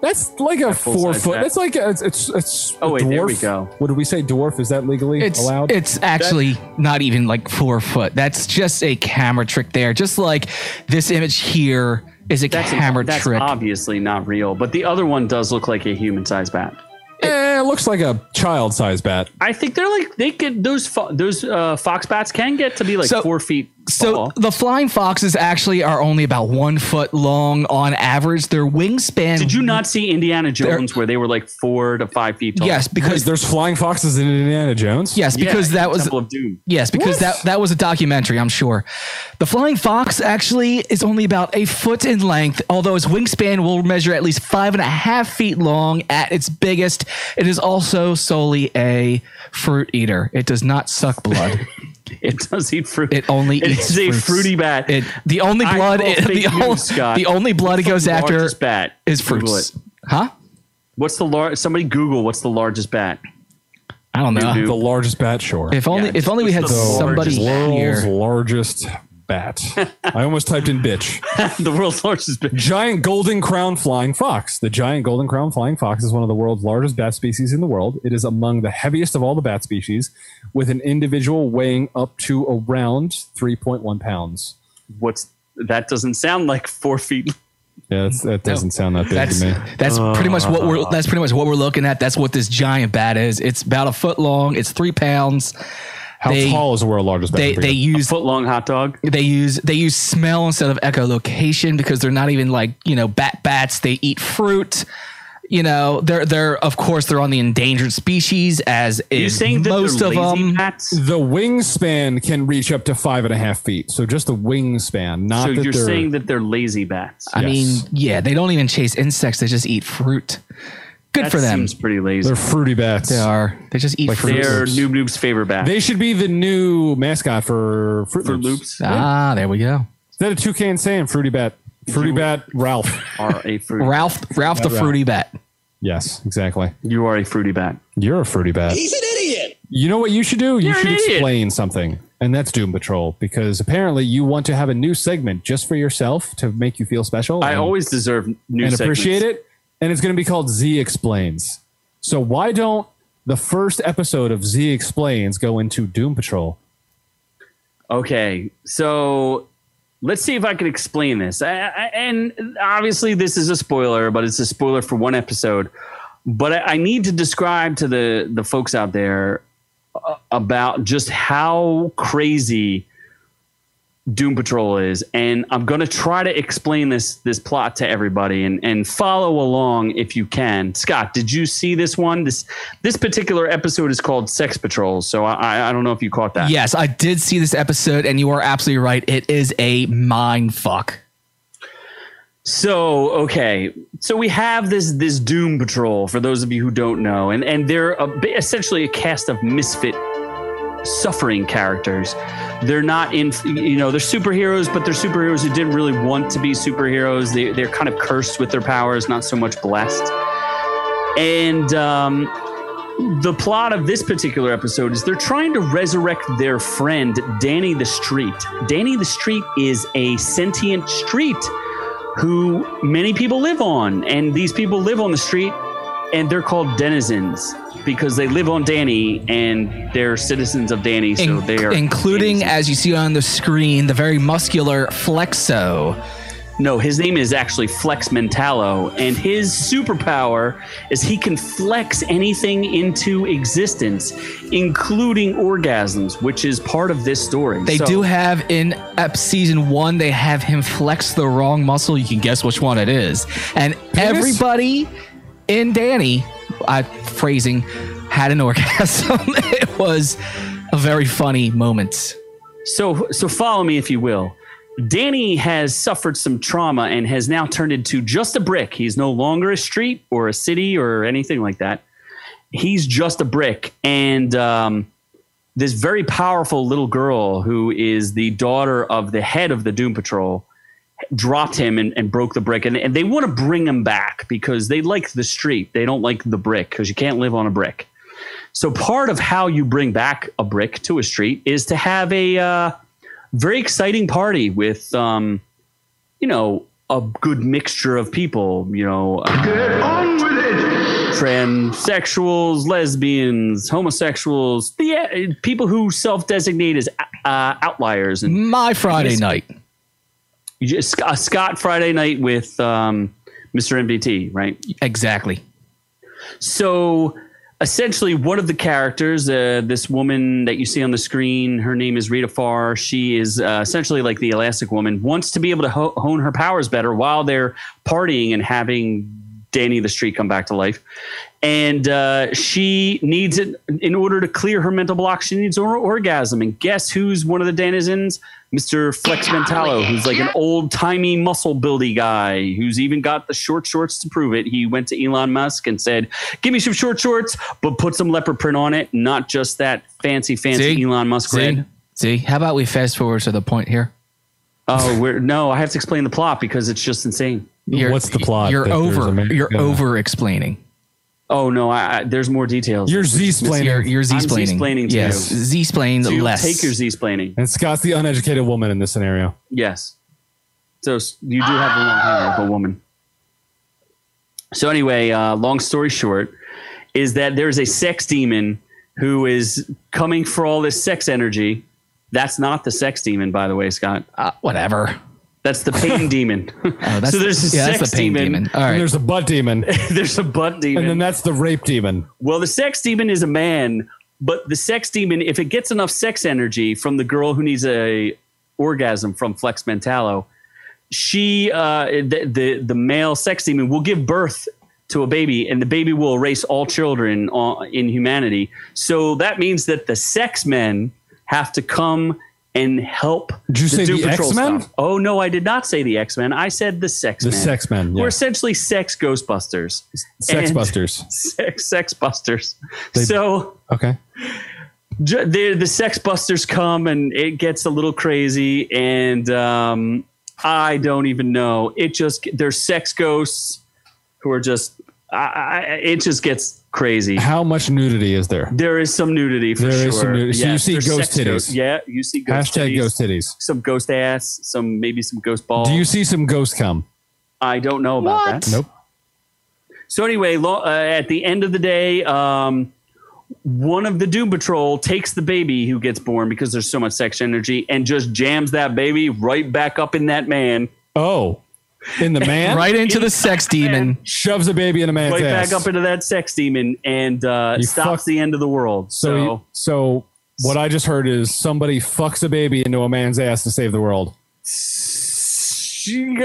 That's like a full-size four foot. bat. That's like a, it's it's it's. Oh, a wait, dwarf. there we go. What did we say? Dwarf is that legally It's allowed? it's actually not even like four foot. That's just a camera trick there. Just like this image here is a That's camera that's trick. obviously not real, but the other one does look like a human sized bat. Eh, it looks like a child sized bat. I think they're like they get those fo- those uh, fox bats can get to be like So- four feet So Aw. the flying foxes actually are only about one foot long on average. Their wingspan. Did you not see Indiana Jones where they were like four to five feet tall? Yes, because There's flying foxes in Indiana Jones. yes, Yeah, because that was Temple of Doom. Yes, because that, that was a documentary, I'm sure. The flying fox actually is only about a foot in length, although its wingspan will measure at least five and a half feet long at its biggest. It is also solely a fruit eater. It does not suck blood. It does eat fruit. It only eats is a fruits. fruity bat. It the only I blood call it, the, fake only, news, Scott. the only blood it goes The after largest bat is Google fruits. it. Huh? What's the large? Somebody Google what's the largest bat. I don't know. do. The largest bat sure. If only Yeah, if only we had just the somebody largest- World's here. largest bat. I almost typed in bitch. the world's largest bat. Giant golden crown flying fox. The giant golden crown flying fox is one of the world's largest bat species in the world. It is among the heaviest of all the bat species, with an individual weighing up to around 3.1 pounds. What's that? Doesn't sound like four feet. Yeah, that's, that doesn't sound that big That's to me. that's pretty much what we're that's pretty much what we're looking at. That's what this giant bat is. It's about a foot long. It's three pounds. How they- tall is the world's largest bat? They they use Foot long hot dog. they use they use smell instead of echolocation because they're not even like you know bat bats. They eat fruit. You know they're they're of course they're on the endangered species as Are you is saying that most they're of lazy them. bats? the wingspan can reach up to five and a half feet. So just the wingspan, not So that you're they're- saying that they're lazy bats? I Yes. mean yeah they don't even chase insects. They just eat fruit. Good that for them. seems pretty lazy. they're fruity bats. They are. They just eat fruit. They're, Loops. Noob Noob's favorite bat. They should be the new mascot for Fruit for Loops Loops. Ah, there we go. Instead of Toucan Sam, Fruity Bat. Fruity Bat Ralph. are a fruit. Ralph Ralph the Ralph. fruity bat. Yes, exactly. You are a fruity bat. You're a Fruity Bat. He's an idiot. You know what you should do? You You're an should idiot. explain something. And that's Doom Patrol because apparently you want to have a new segment just for yourself to make you feel special. I and- always deserve new and segments. appreciate it. And it's going to be called Z Explains. So why don't the first episode of Z Explains go into Doom Patrol? Okay, so let's see if I can explain this. I, I, and obviously, this is a spoiler, but it's a spoiler for one episode. But I, I need to describe to the the folks out there uh, about just how crazy Doom Patrol is, and I'm going to try to explain this this plot to everybody and and follow along if you can. Scott, did you see this one? This this particular episode is called Sex Patrol, so I I, I don't know if you caught that. Yes, I did see this episode, and you are absolutely right. It is a mind fuck. So okay, so we have this this Doom Patrol for those of you who don't know, and and they're a, bi- essentially a cast of misfit suffering characters. They're not in, you know, they're superheroes, but they're superheroes who didn't really want to be superheroes. They they're kind of cursed with their powers, not so much blessed. And um, the plot of this particular episode is they're trying to resurrect their friend Danny the Street. Danny the Street is a sentient street who many people live on. And these people live on the street and they're called denizens because they live on Danny and they're citizens of Danny. So In- they are. including, denizens. as you see on the screen, the very muscular Flexo. No, his name is actually Flex Mentallo, and his superpower is he can flex anything into existence, including orgasms, which is part of this story. They So- do have in ep season one. They have him flex the wrong muscle. You can guess which one it is, and everybody in Danny, I phrasing, had an orgasm. it was a very funny moment. So, so follow me if you will. Danny has suffered some trauma and has now turned into just a brick. He's no longer a street or a city or anything like that. He's just a brick. And um, this very powerful little girl, who is the daughter of the head of the Doom Patrol, dropped him and, and broke the brick. And, and they want to bring him back because they like the street. They don't like the brick because you can't live on a brick. So part of how you bring back a brick to a street is to have a uh, very exciting party with, um, you know, a good mixture of people. You know, uh, transsexuals, lesbians, homosexuals, the uh, people who self-designate as uh, outliers, and My Friday night. you just, a Scott Friday night with um, Mr. MBT, right? Exactly. So essentially one of the characters, uh, this woman that you see on the screen, her name is Rita Farr. She is uh, essentially like the Elastic Woman, wants to be able to ho- hone her powers better while they're partying and having Danny the Street come back to life. And uh, she needs it in order to clear her mental block. She needs an orgasm. And guess who's one of the denizens? Mr. Flex Mentallo, who's like an old timey muscle buildy guy who's even got the short shorts to prove it. He went to Elon Musk and said, Give me some short shorts, but put some leopard print on it, not just that fancy, fancy See? Elon Musk See, red. see, how about we fast forward to the point here? Oh, we're, no, I have to explain the plot because it's just insane. What's the plot You're that there's over. a man- You're Yeah. over explaining. Oh, no, I, I, there's more details. You're Z-splaining. You're, you're I'm Z-splaining. Z-splaining to yes, you. Z-splain Do less. Take your Z splaining. And Scott's the uneducated woman in this scenario. Yes. So s- you do have the long hair of a woman. So anyway, uh, long story short, is that there's a sex demon who is coming for all this sex energy. That's not the sex demon, by the way, Scott. Uh, whatever. That's the pain demon. Oh, that's so there's a yeah, sex that's the pain demon. demon. All And right. there's a butt demon. there's a butt demon. and then that's the rape demon. Well, the sex demon is a man, but the sex demon, if it gets enough sex energy from the girl who needs a orgasm from Flex Mentallo, she uh, the, the the male sex demon will give birth to a baby, and the baby will erase all children uh, in humanity. So that means that the sex men have to come and help. Did you say Doom the Patrol X-Men? stuff. Oh no, I did not say the X Men. I said the sex The men. sex men. We're Yeah. essentially sex Ghostbusters. Sex and- busters. Sex, sex busters. They- so Okay. Ju- the the sex busters come and it gets a little crazy and um i don't even know it just there's sex ghosts who are just I, I it just gets crazy How much nudity is there? there is some nudity for There sure is some nudity. So you see there's ghost sex titties. ghosts. yeah you see ghost Hashtag titties, ghost titties. some ghost ass some maybe some ghost balls Do you see some ghost cum? i don't know about that Nope. So anyway, lo- uh, at the end of the day, um, one of the Doom Patrol takes the baby who gets born because there's so much sex energy and just jams that baby right back up in that man, Oh, in the man. Right into the sex demon. Shoves a baby in a man's right ass. back up into that sex demon, and uh, You stops fuck- the end of the world. so, So, so, what I just heard is somebody fucks a baby into a man's ass to save the world. she-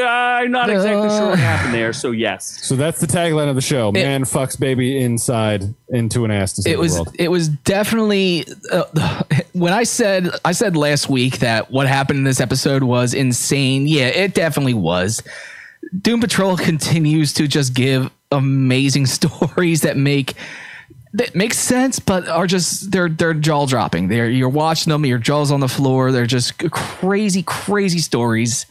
I'm not exactly sure Uh. what happened there. So yes, So that's the tagline of the show: "Man fucks baby inside into an ass to save It was the world." it was definitely uh, when I said I said last week that what happened in this episode was insane. Yeah, it definitely was. Doom Patrol continues to just give amazing stories that make that make sense, but are just they're they're jaw dropping. They're you're watching them, your jaws on the floor. They're just crazy, crazy stories.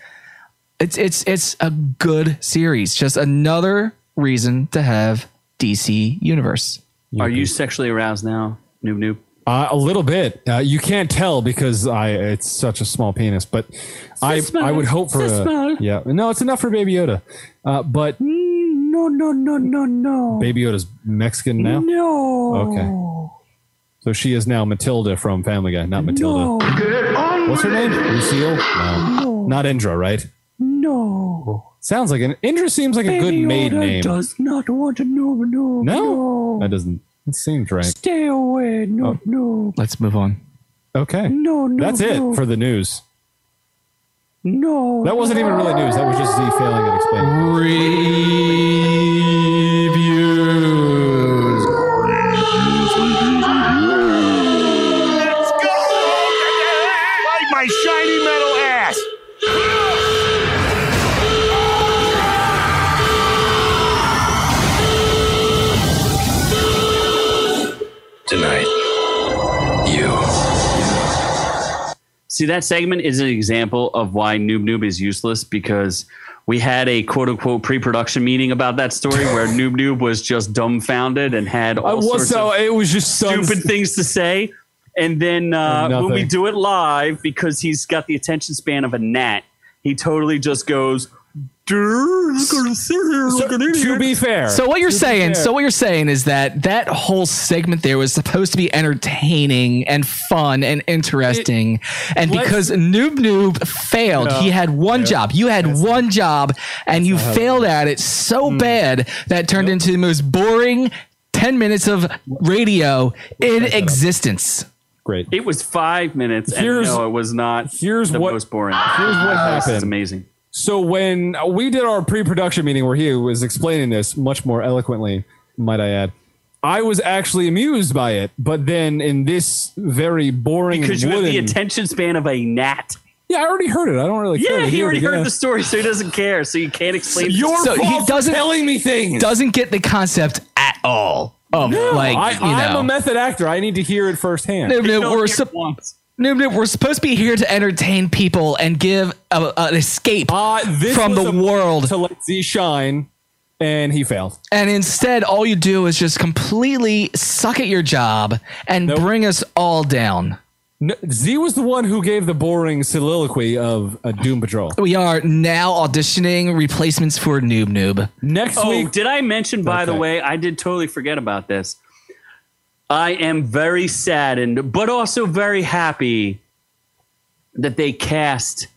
It's it's it's a good series. Just another reason to have DC Universe. are you sexually aroused now, Noob Noob? Uh, a little bit. Uh, you can't tell because I it's such a small penis, but I small. I would hope for So a, small. yeah. No, it's enough for Baby Yoda. Uh, but Mm, No, no, no, no, no, Baby Yoda's Mexican now. no. Okay. So she is now Matilda from Family Guy, not Matilda. What's her name? Lucille? No. Not Indra, right? No. Sounds like an Indra seems like a good maid name. does not want to know. No. No? That doesn't it seems right. Stay away. No, no. Let's move on. Okay. No, no. That's it for the news. No. That wasn't even really news. That was just Z failing at explaining. Reviews. Like my shiny metal ass. Tonight, you. See, that segment is an example of why Noob Noob is useless because we had a quote unquote pre production meeting about that story where Noob Noob was just dumbfounded and had all sorts of it was just stupid things to say. And then uh, And when we nothing. do it live, because he's got the attention span of a gnat, he totally just goes, "Durr, look at this here, look at this to here." be fair. So what you're saying? fair. So what you're saying is that that whole segment there was supposed to be entertaining and fun and interesting, and let's- because Noob Noob failed, No. he had one job. You had one Hmm. job, and you failed at it so bad that turned into the most boring 10 minutes of radio in existence. Great. It was five minutes, and Here's- no, it was not. here's the what- most boring. Here's what This is happened. amazing. So when we did our pre-production meeting where he was explaining this much more eloquently, might I add, I was actually amused by it. But then in this very boring Because you have the wooden- attention span of a gnat. yeah, I already heard it. I don't really care. Yeah, to he hear it already heard again. the story, so he doesn't care. So you can't explain. Your So he fault for doesn't- telling me things. Doesn't get the concept at all of like, I, you I'm know. a method actor. I need to hear it firsthand. No, no, Don't we're, care sup- once. no, no, we're supposed to be here to entertain people and give a, an escape Uh, this from was the a- world. to let Z shine, and he failed. And instead, all you do is just completely suck at your job and bring us all down. No, Z was the one who gave the boring soliloquy of a Doom Patrol. We are now auditioning replacements for Noob Noob. Next Oh, week, did I mention, by the Okay. way, I did totally forget about this. I am very saddened, but also very happy that they cast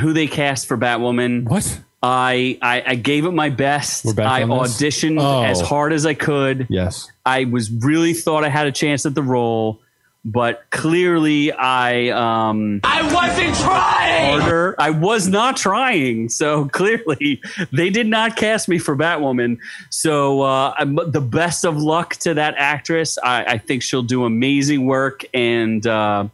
who they cast for Batwoman. what? I, I, I gave it my best. We're back I on this? auditioned Oh. as hard as I could. Yes. I was really thought I had a chance at the role, but clearly I um I wasn't trying. Harder. I was not trying. So clearly they did not cast me for Batwoman. So uh, I'm, the best of luck to that actress. I, I think she'll do amazing work and. Uh,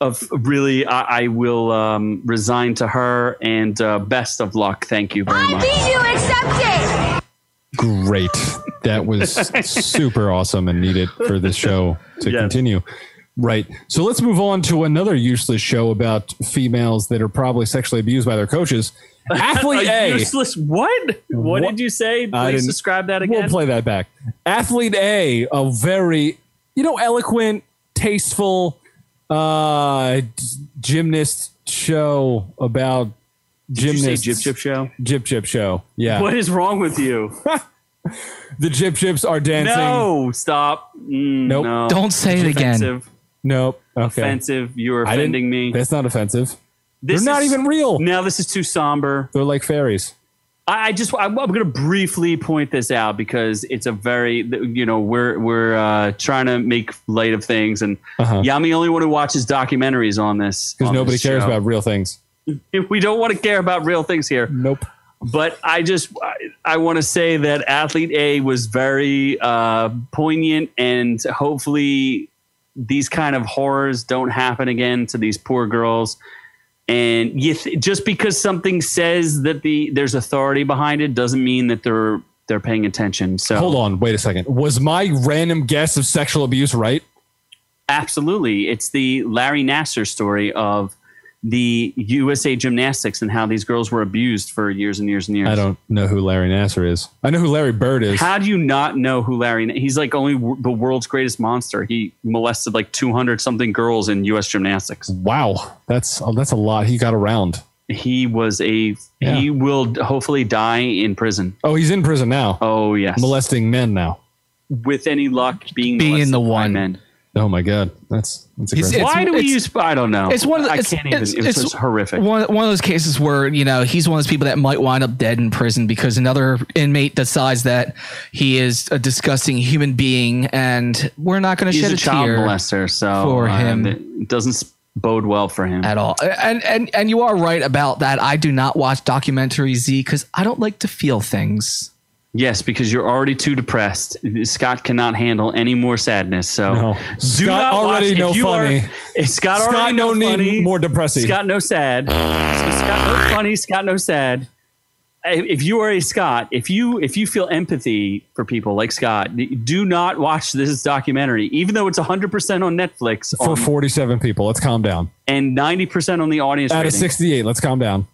of really, I, I will um, resign to her and uh, best of luck. Thank you very much. you accept it. Great. That was super awesome and needed for this show to Yes. continue. Right. So let's move on to another useless show about females that are probably sexually abused by their coaches. Athlete A A. useless what? What did you say? I Please didn't- describe that again. We'll play that back. Athlete A, a very, you know, eloquent, tasteful uh g- gymnast show about Did you say gymnast Jip Jip Show? Jip Jip show. Yeah. What is wrong with you? The Jip Jips are dancing. No, stop. Mm, Nope. No. Don't say it again. offensive. Nope. Okay. Offensive. You're I didn't- offending me. That's not offensive. This They're not is- even real. Now this is too somber. They're like fairies. I, I just I'm, I'm going to briefly point this out because it's a very you know we're we're uh, trying to make light of things and Uh-huh. yeah I'm the only one who watches documentaries on this Because on nobody this cares show. about real things. we don't want to care about real things here Nope. but I just I, I want to say that athlete A was very uh, poignant, and hopefully these kind of horrors don't happen again to these poor girls. And you th- just because something says that the there's authority behind it doesn't mean that they're they're paying attention. So Hold on. Wait a second. Was my random guess of sexual abuse right? absolutely, it's the Larry Nasser story of the USA Gymnastics and how these girls were abused for years and years and years. I don't know who Larry Nasser is. I know who Larry Bird is. How do you not know who Larry? He's like only w- the world's greatest monster. He molested like 200 something girls in U.S. gymnastics. Wow, that's oh, that's a lot. He got around. He was a. Yeah. He will d- hopefully die in prison. Oh, he's in prison now, Oh yes, molesting men now. with any luck, being Being molested the by one. Men. Oh my god, that's that's He's- aggressive. Why do we it's- use? I don't know. It's one of the, I it's, can't even. it's- it was it's just horrific. One, one of those cases where you know he's one of those people that might wind up dead in prison because another inmate decides that he is a disgusting human being, and we're not going to He's shed a a, child tear molester, so for um, him. it doesn't s- bode well for him. at all. And and and you are right about that. I do not watch documentary Z because I don't like to feel things. Yes, because you're already too depressed. Scott cannot handle any more sadness. So No. do Scott not watch- already if no you are- funny. if Scott, Scott already no no, need funny. more depressing. Scott no sad. So Scott no funny. Scott no sad. If if you are a Scott, if you if you feel empathy for people like Scott, do not watch this documentary, even though it's 100 percent on Netflix for on- 47 people. Let's calm down. and 90 percent on the audience. Out rating. of 68, let's calm down.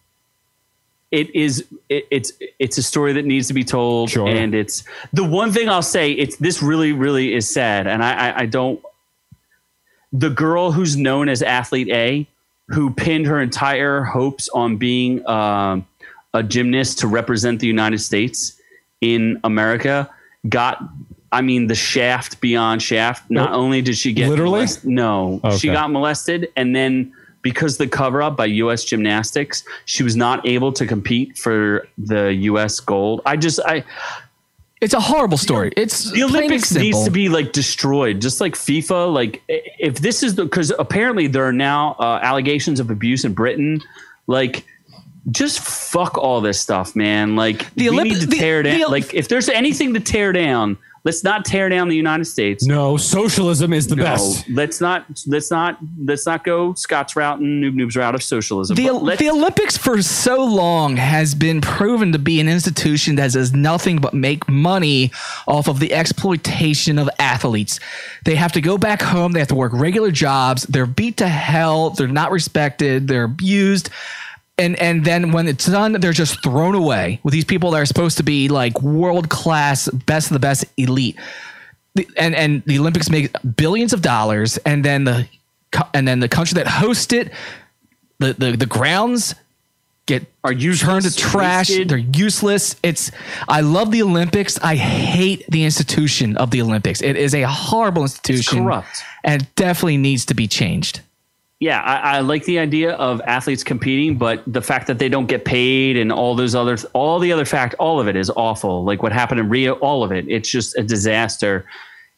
it is it, it's it's a story that needs to be told Sure. and it's the one thing i'll say it's this really really is sad and I, I i don't the girl who's known as athlete a who pinned her entire hopes on being um, a gymnast to represent the united states in america got i mean the shaft beyond shaft not only did she get Literally? molest- no she Okay. got molested and then because the cover up by US gymnastics she was not able to compete for the US gold i just i It's a horrible story. It's The Olympics needs to be be. like destroyed, just like FIFA. Like i- if this is because apparently there are now uh, allegations of abuse in Britain. Like just fuck all this stuff, man. Like The we Olymp- need to the- tear down. the Ol- like if there's anything to tear down, let's not tear down the United States. No, socialism is the No, best. let's not let's not let's not go Scott's route and Noob Noob's route of socialism. The, But let's- the Olympics for so long has been proven to be an institution that does nothing but make money off of the exploitation of athletes. They have to go back home, they have to work regular jobs, they're beat to hell, they're not respected, they're abused. And, and then when it's done, they're just thrown away with these people that are supposed to be like world class, best of the best elite the- and and the Olympics make billions of dollars, and then the co- and then the country that hosts it, the the, the grounds get Are useless, turned to trash. wasted. They're useless. It's I love the Olympics. I hate the institution of the Olympics. It is a horrible institution, corrupt. and definitely needs to be changed. yeah, I, I like the idea of athletes competing, but the fact that they don't get paid and all those other, all the other fact, all of it is awful. Like what happened in Rio, all of it. It's just a disaster.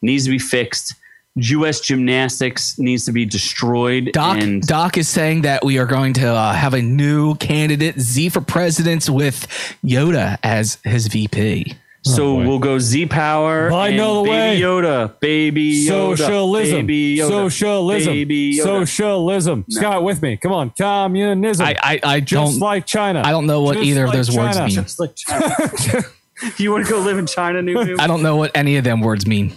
Needs to be fixed. U.S. gymnastics needs to be destroyed. Doc and Doc is saying that we are going to uh, have a new candidate Z for president with Yoda as his VP. so we'll go Z Power. I and know the Baby way. Yoda. Baby Yoda. Socialism. Baby Yoda. Socialism. Baby Yoda. Socialism. Scott, with me. Come on. Communism. I I, I just don't like China. I don't know what Just either of like those words China. mean. Just like China. If you want to go live in China, new, I don't know what any of them words mean.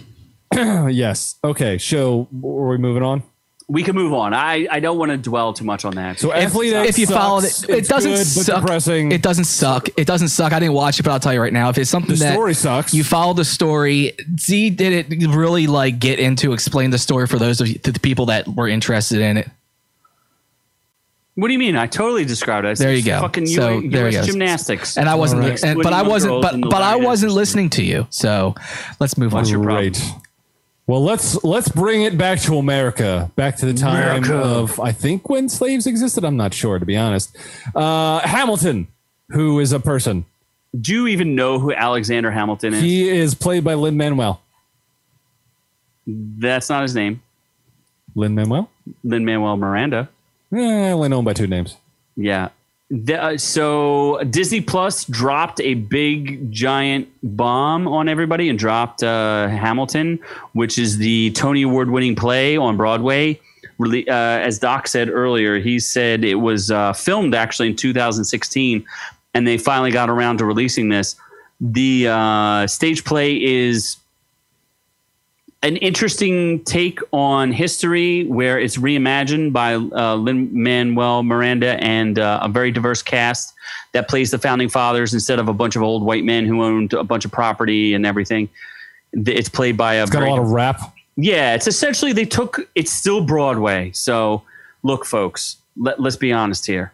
Uh, Yes. Okay. So, are we moving on? we can move on. I, I don't want to dwell too much on that. So, athlete A If you sucks. followed it, it It's doesn't good, but suck. depressing. It doesn't suck. It doesn't suck. I didn't watch it, but I'll tell you right now. If it's something The that story sucks. you follow the story. Z did it really like get into explain the story for those of you, to the people that were interested in it. What do you mean? I totally described it. I said There you go. Fucking U- So, US there you go. gymnastics. And I wasn't, Alright. and, but I wasn't, but but I wasn't listening to you. So let's move on. What's your problem? Great. Well, let's let's bring it back to America, back to the time of I think when slaves existed. I'm not sure to be honest. Uh, Hamilton, who is a person, Do you even know who Alexander Hamilton is? he is played by Lin Manuel. That's not his name. Lin Manuel. Lin Manuel Miranda. Eh, I only know him by two names. Yeah. The- uh, so Disney Plus dropped a big giant bomb on everybody and dropped uh, Hamilton, which is the Tony Award winning play on Broadway. Really, uh, as Doc said earlier, he said it was uh, filmed actually in 2016, and they finally got around to releasing this. The uh, stage play is an interesting take on history where it's reimagined by uh, Lin Manuel Miranda and uh, a very diverse cast that plays the founding fathers instead of a bunch of old white men who owned a bunch of property and everything. Th- It's played by a, Got a very- lot of rap. yeah. It's essentially they took it's still Broadway. So look, folks, let, let's be honest here.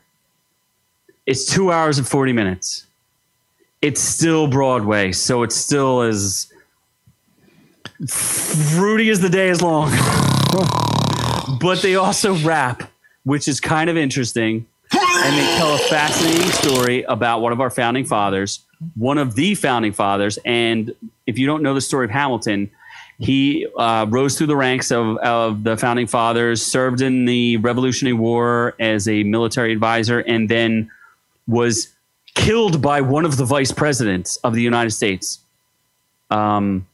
It's two hours and forty minutes. It's still Broadway, so it's still as fruity as the day is long. but they also rap, which is kind of interesting. And they tell a fascinating story about one of our founding fathers, one of the founding fathers. And if you don't know the story of Hamilton, he uh, rose through the ranks of, of the founding fathers, served in the Revolutionary War as a military advisor, and then was killed by one of the vice presidents of the United States. Um,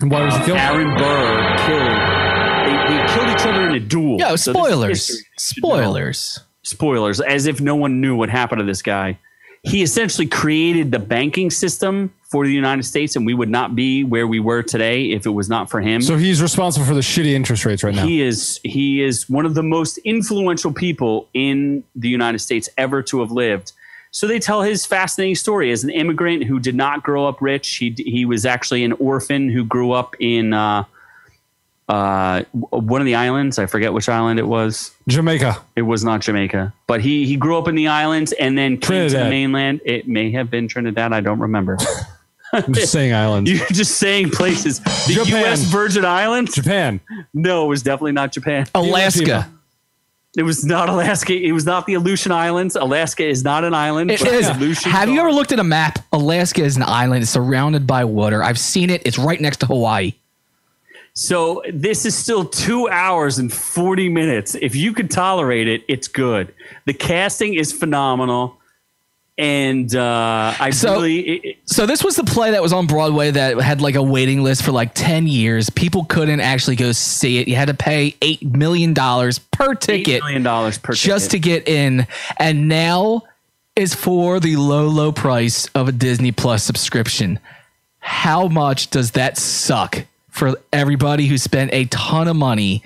And why was he killed? Aaron Burr killed. They, they killed each other in a duel. Yo, So this is spoilers, history. spoilers. Spoilers. As if no one knew what happened to this guy. He essentially created the banking system for the United States, and we would not be where we were today if it was not for him. So he's responsible for the shitty interest rates right now. he is he is one of the most influential people in the United States ever to have lived. So they tell his fascinating story as an immigrant who did not grow up rich. He he was actually an orphan who grew up in uh, uh, w- one of the islands. I forget which island it was. Jamaica. It was not Jamaica, but he he grew up in the islands and then came to the Trinidad. mainland. It may have been Trinidad. I don't remember. I'm just saying islands. You're just saying places. The Japan. U.S. Virgin Islands? Japan. No, it was definitely not Japan. Alaska. It was not Alaska. It was not the Aleutian Islands. Alaska is not an island. It but is. the Aleutians Have you are. ever looked at a map? Alaska is an island. It's surrounded by water. I've seen it. It's right next to Hawaii. So this is still two hours and 40 minutes. If you could tolerate it, it's good. The casting is phenomenal. And uh, I So- really, it, it- So this was the play that was on Broadway that had like a waiting list for like 10 years. People couldn't actually go see it. You had to pay 8 million dollars per $8 ticket million dollars per just ticket. to get in and now is for the low low price of a Disney Plus subscription. How much does that suck for everybody who spent a ton of money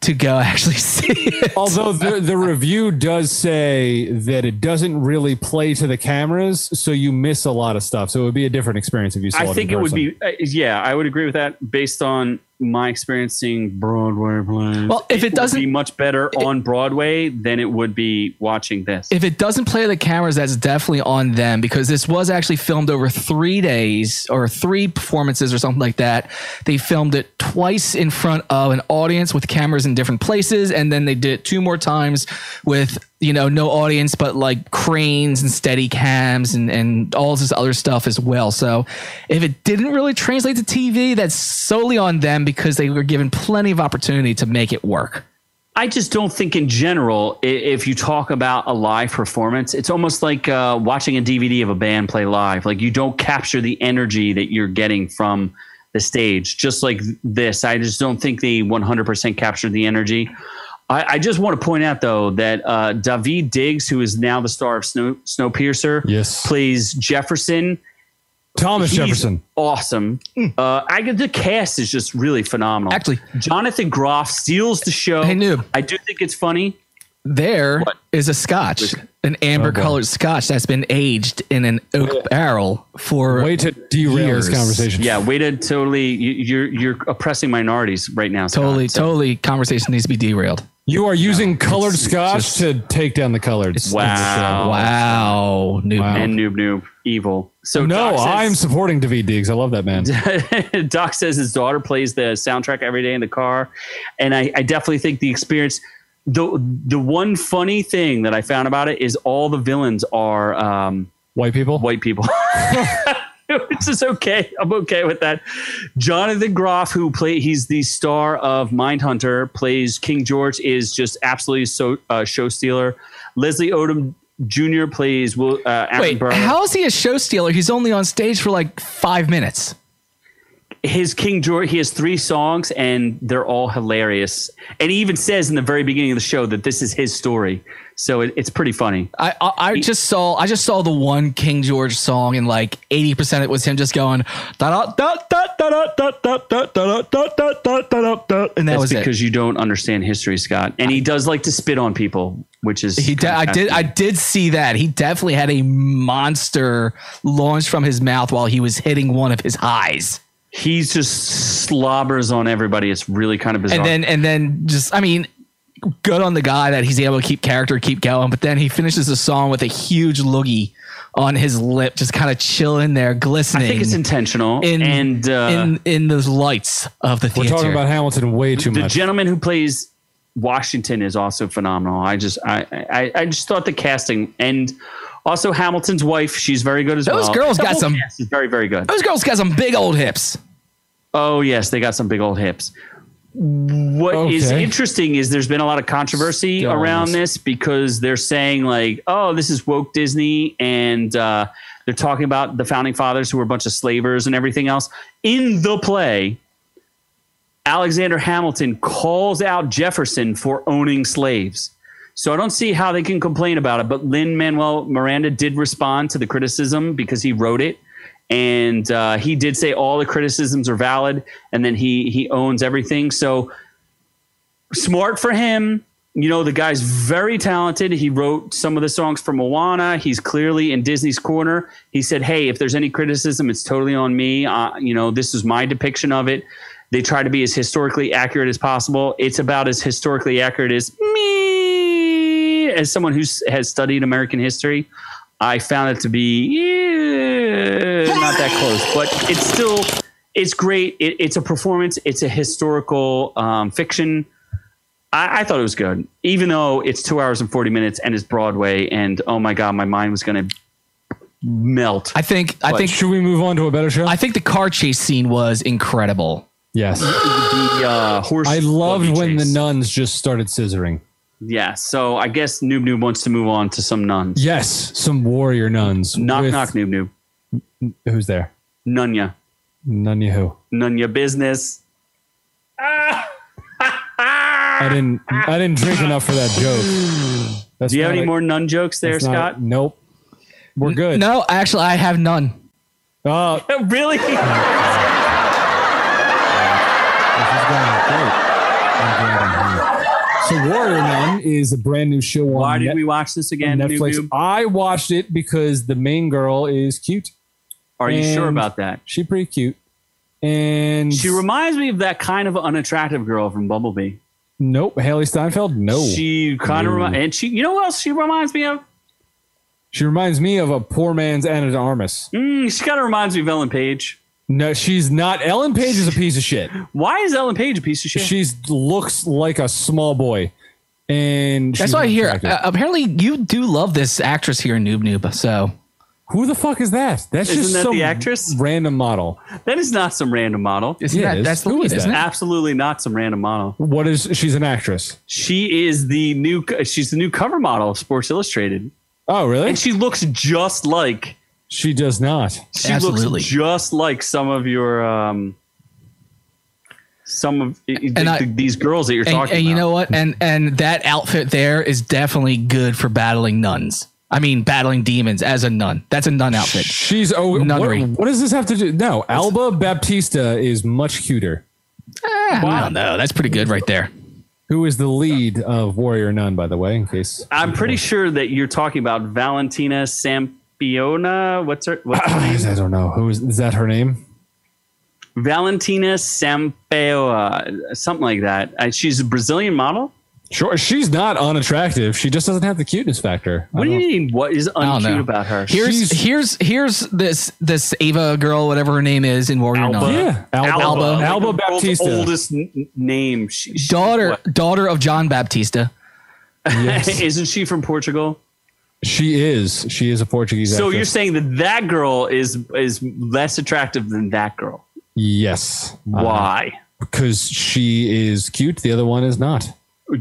to go actually see it? Although the, the review does say that it doesn't really play to the cameras, so you miss a lot of stuff. So it would be a different experience if you saw it. I in think it would person. be, uh, yeah, I would agree with that based on my experience seeing Broadway plays. Well, if it would doesn't- be much better on Broadway than it would be watching this. if it doesn't play the cameras, that's definitely on them because this was actually filmed over three days or three performances or something like that. They filmed it twice in front of an audience with cameras in different places, and then they did it two more times with you know no audience but like cranes and steady cams and and all this other stuff as well. So if it didn't really translate to TV, that's solely on them because they were given plenty of opportunity to make it work. I just don't think, in general, i- if you talk about a live performance, it's almost like uh, watching a DVD of a band play live. Like you don't capture the energy that you're getting from the stage. Just like th- this, I just don't think they 100% captured the energy. I, I just want to point out though that uh, David Diggs, who is now the star of Snow Snowpiercer, Yes. plays Jefferson. Thomas He's Oh, Jefferson. Awesome. Uh, I get- the cast is just really phenomenal. Actually- Jonathan Groff steals the show. I knew. I do think it's funny. There is What? a scotch, an amber colored scotch that's been aged in an oak barrel for Way to derail Years. this conversation. Yeah, way to totally you, you're you're oppressing minorities right now. Scott. totally, totally conversation needs to be derailed. You are using colored scotch just- to take down the colored. Wow. uh, Wow, Newton. And noob noob evil. So No, Doc I'm says, supporting David Diggs. I love that man. I'm. Doc says his daughter plays the soundtrack every day in the car, and I, I definitely think the experience. The the one funny thing that I found about it is all the villains are um, White people. white people. It's just okay. I'm okay with that. Jonathan Groff, who play, he's the star of Mindhunter, plays King George, is just absolutely so uh, show stealer. Leslie Odom Jr. plays Will uh, Wait, Attenborough. how is he a show stealer? He's only on stage for like five minutes. His King George, he has three songs, and they're all hilarious. And he even says in the very beginning of the show that this is his story, so it, it's pretty funny. I, I, I just saw I just saw the one King George song and like eighty percent it was him just going da da da da da da da da da da da da da da da and that That's was it. because you don't understand history, Scott. And he does like to spit on people, which is He de- I did I did see that. He definitely had a monster launch from his mouth while he was hitting one of his highs. he just slobbers on everybody. It's really kind of bizarre. And then and then just I mean good on the guy that he's able to keep character, keep going, but then he finishes the song with a huge loogie on his lip just kind of chilling there glistening. I think it's intentional. in and uh, in in those lights of the We're theater. talking about Hamilton way too the much. gentleman who plays Washington is also phenomenal. I just I, I I just thought the casting and also Hamilton's wife. She's very good as Those well. girls The got whole some- cast is very very good. Those girls got some big old hips. Oh yes, they got some big old hips. What is Okay. interesting is there's been a lot of controversy Still around is. this because they're saying like, oh, this is woke Disney, and uh, they're talking about the founding fathers who were a bunch of slavers and everything else. In the play, Alexander Hamilton calls out Jefferson for owning slaves. So I don't see how they can complain about it. But Lynn Manuel Miranda did respond to the criticism because he wrote it, and uh, he did say all the criticisms are valid, and then he he owns everything. So smart for him. You know the guy's very talented. He wrote some of the songs for Moana. He's clearly in Disney's corner. He said, "Hey, if there's any criticism, it's totally on me. Uh, you know, this is my depiction of it." They try to be as historically accurate as possible. It's about as historically accurate as me, as someone who has studied American history. I found it to be eh, not that close, but it's still it's great. It, it's a performance. It's a historical um, fiction. I, I thought it was good, even though it's two hours and forty minutes and it's Broadway, and oh my god, my mind was gonna melt. I think I think Should we move on to a better show? I think the car chase scene was incredible. yes. the uh, horse. I buggy loved when the chase. nuns just started scissoring. Yeah, so I guess Noob Noob wants to move on to some nuns. Yes, some warrior nuns. knock with- knock Noob Noob. Who's there? Nunya. None you who. None your business. I didn't. I didn't drink enough for that joke. That's Do you have not any a- more nun jokes there, that's not- Scott? Nope. We're good. No, actually, I have none. Oh, really? She's gone. Great. I'm glad I'm here. So Warrior Nun is a brand new show on Why Net- did we watch this again? Noob Netflix. Noob? I watched it because the main girl is cute. Are you sure and- about that? She pretty cute. And She reminds me of that kind of unattractive girl from Bumblebee. nope, Haley Steinfeld. No, she, She kind of remi- and she, you know what else she reminds me of? reminds me of a poor man's Anna de Armas. Mm, she kind of reminds me of Ellen Page. No, she's not. Ellen Page is a piece of shit. Why is Ellen Page a piece of shit? She's looks like a small boy, and That's she's what I hear. attractive. Uh, apparently, you do love this actress here in Noob Noob. So Who the fuck is that? That's Isn't just that some the actress? random model. that is not some random model. isn't Yeah, it that, is. that's Who Lupita, is isn't that? it? Absolutely not some random model. What is she's an actress? She is the new. She's the new cover model of Sports Illustrated, Oh, really? and she looks just like. She does not. She Absolutely. looks just like some of your. Um, some of th- th- I- these girls that you're And, talking and you about. know what? And and that outfit there is definitely good for battling nuns. I mean, battling demons as a nun. That's a nun outfit. She's oh, Nunnery. what, what does this have to do? No, Alba Baptista is much cuter. I don't know. That's pretty good right there. Who is the lead of Warrior Nun, by the way? In case I'm pretty sure that you're talking about Valentina Sampiona. What's her? What's her name? I don't know who is, is that her name? Valentina Sampaio, something like that. Uh, she's a Brazilian model. Sure, she's not unattractive. She just doesn't have the cuteness factor. I What do you don't- mean? What is Uh-huh. don't know. uncute about her? Here's She's- here's here's this this Ava girl, whatever her name is in Warrior Nun. Yeah, Alba, Alba, like Alba, the world's Baptista. oldest n- n- name. She, she- Daughter daughter of John Baptista. Yes. Isn't she from Portugal? she is. She is a Portuguese. So actress. you're saying that that girl is is less attractive than that girl? yes, Why? because she is cute. The other one is not.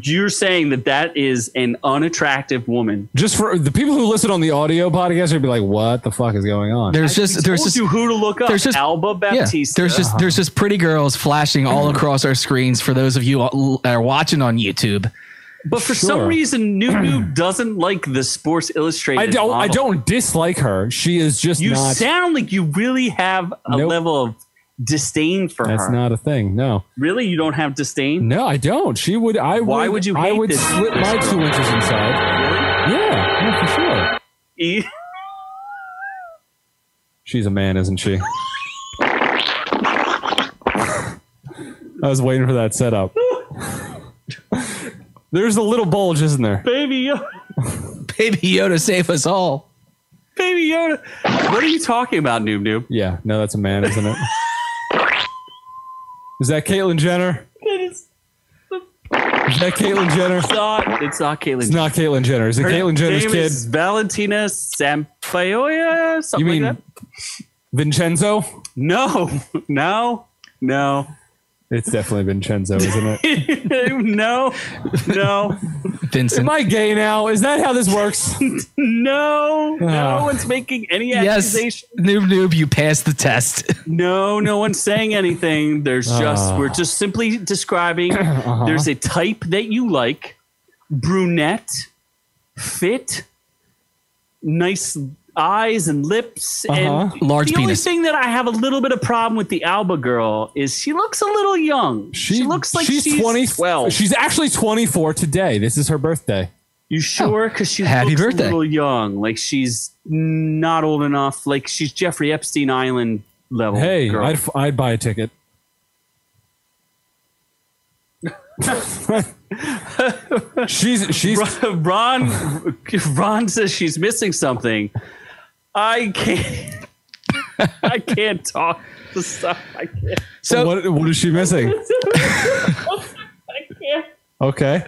You're saying that that is an unattractive woman. Just for the people who listen on the audio podcast, would be like, "What the fuck is going on?" There's just there's Told just you who to look up. there's just- Alba Baptista. there's just there's just pretty girls flashing Mm. all across our screens for those of you all- that are watching on YouTube. but for some sure. reason, Noob Noob doesn't like the Sports Illustrated. I don't. I model. don't dislike her. She is just You not. sound like you really have a Nope. level of disdain for that's her. not a thing. No, really, you don't have disdain. no, I don't. She would. I. Why would you I hate would this- slip my two inches inside. Yeah, yeah, for sure. E- She's a man, isn't she? I was waiting for that setup. There's a little bulge, isn't there? Baby Yoda, Baby Yoda save us all. Baby Yoda. What are you talking about, Noob Noob? Yeah. No, that's a man, isn't it? Is that Caitlyn Jenner? Is that Caitlyn Jenner? It's not. It's not Caitlyn. It's not Caitlyn Jenner. Is it Caitlyn Jenner's name kid? is Valentina Sampaioia. You Something mean like that. Vincenzo? No, no, no, It's definitely Vincenzo, isn't it? no, no, Vincent. Am I gay now? Is that how this works? no. No Ah. one's making any Yes. accusation. Noob noob, you passed the test. No, no one's saying anything. There's just Ah. Uh-huh. we're just simply describing. There's a type that you like: brunette, fit, nice eyes and lips, Uh-huh. and Large The only penis. thing that I have a little bit of problem with the Alba girl is she looks a little young. She, looks like she's, 20, 12. She's actually 24 today. This is her birthday. you sure? Because she Happy looks birthday. a little young. Like she's not old enough. Like she's Jeffrey Epstein Island level. Hey, girl. I'd, f- I'd buy a ticket. she's she's Ron Ron says she's missing something. I can't. I can't talk. The stuff I can't. So what, what is she missing? I can't. Okay.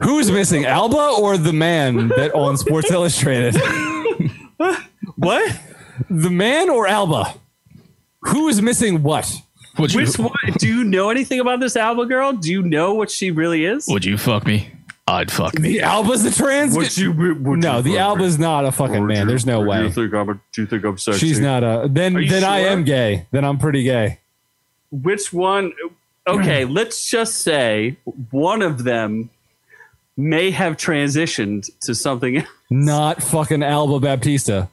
Who's missing, Alba or the man that on Sports Illustrated? What? The man or Alba? Who is missing what? Would you, Which one? Do you know anything about this Alba girl? Do you know what she really is? would you fuck me? I'd fuck me. The Alba's the trans. you? Would no, the Alba's not a fucking man. There's no way. think I'm? Do you think I'm sexy? She's not a. Then Are you then I sure? am gay. Then I'm pretty gay. Which one? Okay, let's just say one of them may have transitioned to something. else. Not fucking Alba Baptista.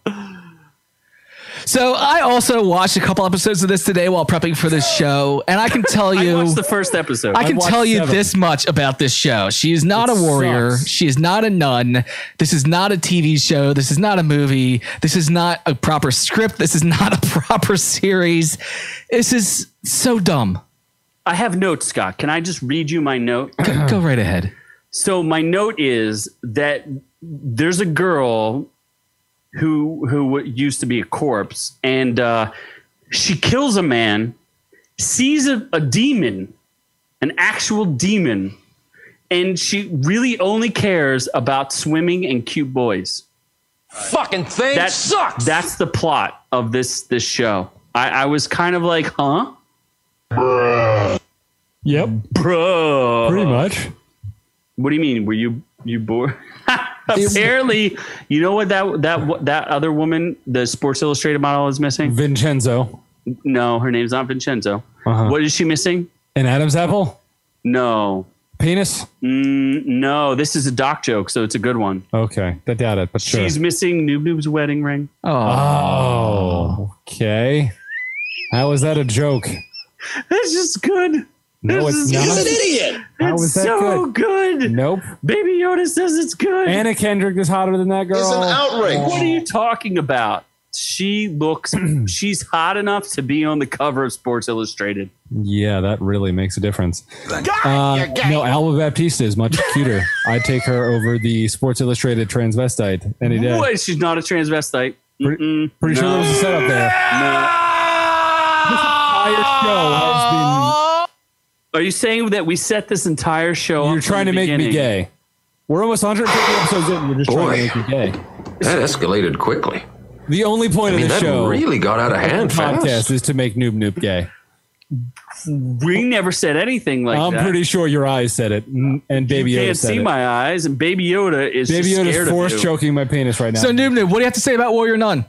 So I also watched a couple episodes of this today while prepping for this show, and I can tell I you, I, watched the first episode. can watched tell you seven. this much about this show: she is not It a warrior, sucks. she is not a nun. This is not a TV show. This is not a movie. This is not a proper script. This is not a proper series. This is so dumb. I have notes, Scott. Can I just read you my note? Go, go right ahead. So my note is that there's a girl who who used to be a corpse, and uh, she kills a man, sees a, a demon, an actual demon, and she really only cares about swimming and cute boys. Fucking thing That sucks. That's the plot of this this show. I, I was kind of like, huh, Yep. bro. Pretty much. What do you mean? Were you you bored? Apparently, you know what that that that other woman, the Sports Illustrated model, is missing. Vincenzo. No, her name's not Vincenzo. Uh-huh. What is she missing? An Adam's apple? No, Penis? Mm, no. This is a doc joke, so it's a good one. Okay. I doubt it, but sure. She's missing Noob Noob's wedding ring. Oh, Oh, okay. How is that a joke? That's just good. No, This is- it's not. Idiot! How it's is that so good? good? Nope. Baby Yoda says it's good. Anna Kendrick is hotter than that girl. It's an outrage. what are you talking about? She looks. she's hot enough to be on the cover of Sports Illustrated. Yeah, that really makes a difference. Uh, no, Alba Baptista is much cuter. I'd take her over the Sports Illustrated transvestite any day. What? She's not a transvestite. Pretty- Mm-mm. Pretty sure there was a setup there. No. Entire show has Are you saying that we set this entire show been- up? you're from trying to the make me beginning? gay. We're almost 150 episodes in. You're just trying to make me gay. That escalated quickly. The only point I mean, of the that show really got out of hand podcast fast. is to make Noob Noob gay. We never said anything like I'm that. pretty sure your eyes said it, and and Baby you Yoda can't said see it. my eyes, and Baby Yoda is Baby just Yoda's scared of force you. choking my penis right now. so Noob Noob, what do you have to say about Warrior Nun?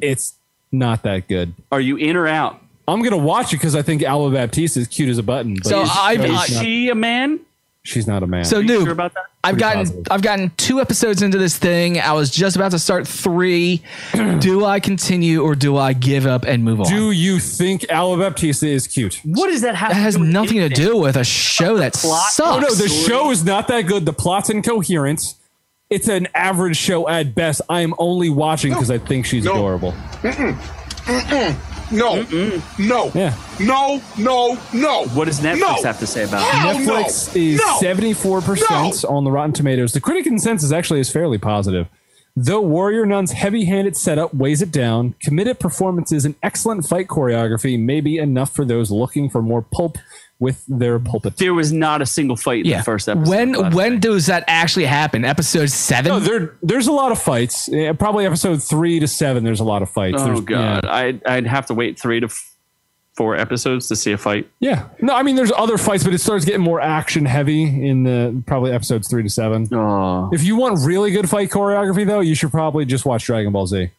it's not that good. Are you in or out? I'm gonna watch it because I think Alba Baptista is cute as a button. But So she's, I- she's I- Is not, she a man? she's not a man. So Are you Noob, sure about that? I've pretty gotten positive. I've gotten two episodes into this thing. I was just about to start three. do I continue or do I give up and move on? do you think Alba Baptista is cute? What does that have? that to has do with nothing anything? to do with a show that plot. sucks. Oh, No, the Sorry. show is not that good. The plot's incoherent. It's an average show at best. I am only watching because I think she's adorable. No, no, Yeah. no, no, no. What does Netflix No. have to say about it? Hell Netflix no. is No. seventy four percent on the Rotten Tomatoes. The critic consensus actually is fairly positive. Though Warrior Nun's heavy handed setup weighs it down, committed performances and excellent fight choreography may be enough for those looking for more pulp with their pulpit. There was not a single fight in Yeah. the first episode. by when the when way. does that actually happen? Episode seven. No, there, there's a lot of fights. Eh, Probably episode three to seven, there's a lot of fights. Oh There's- god, Yeah. I'd I'd have to wait three to f- four episodes to see a fight. Yeah. No, I mean, there's other fights, but it starts getting more action heavy in the probably episodes three to seven. Oh, If you want really good fight choreography, though, you should probably just watch Dragon Ball Z.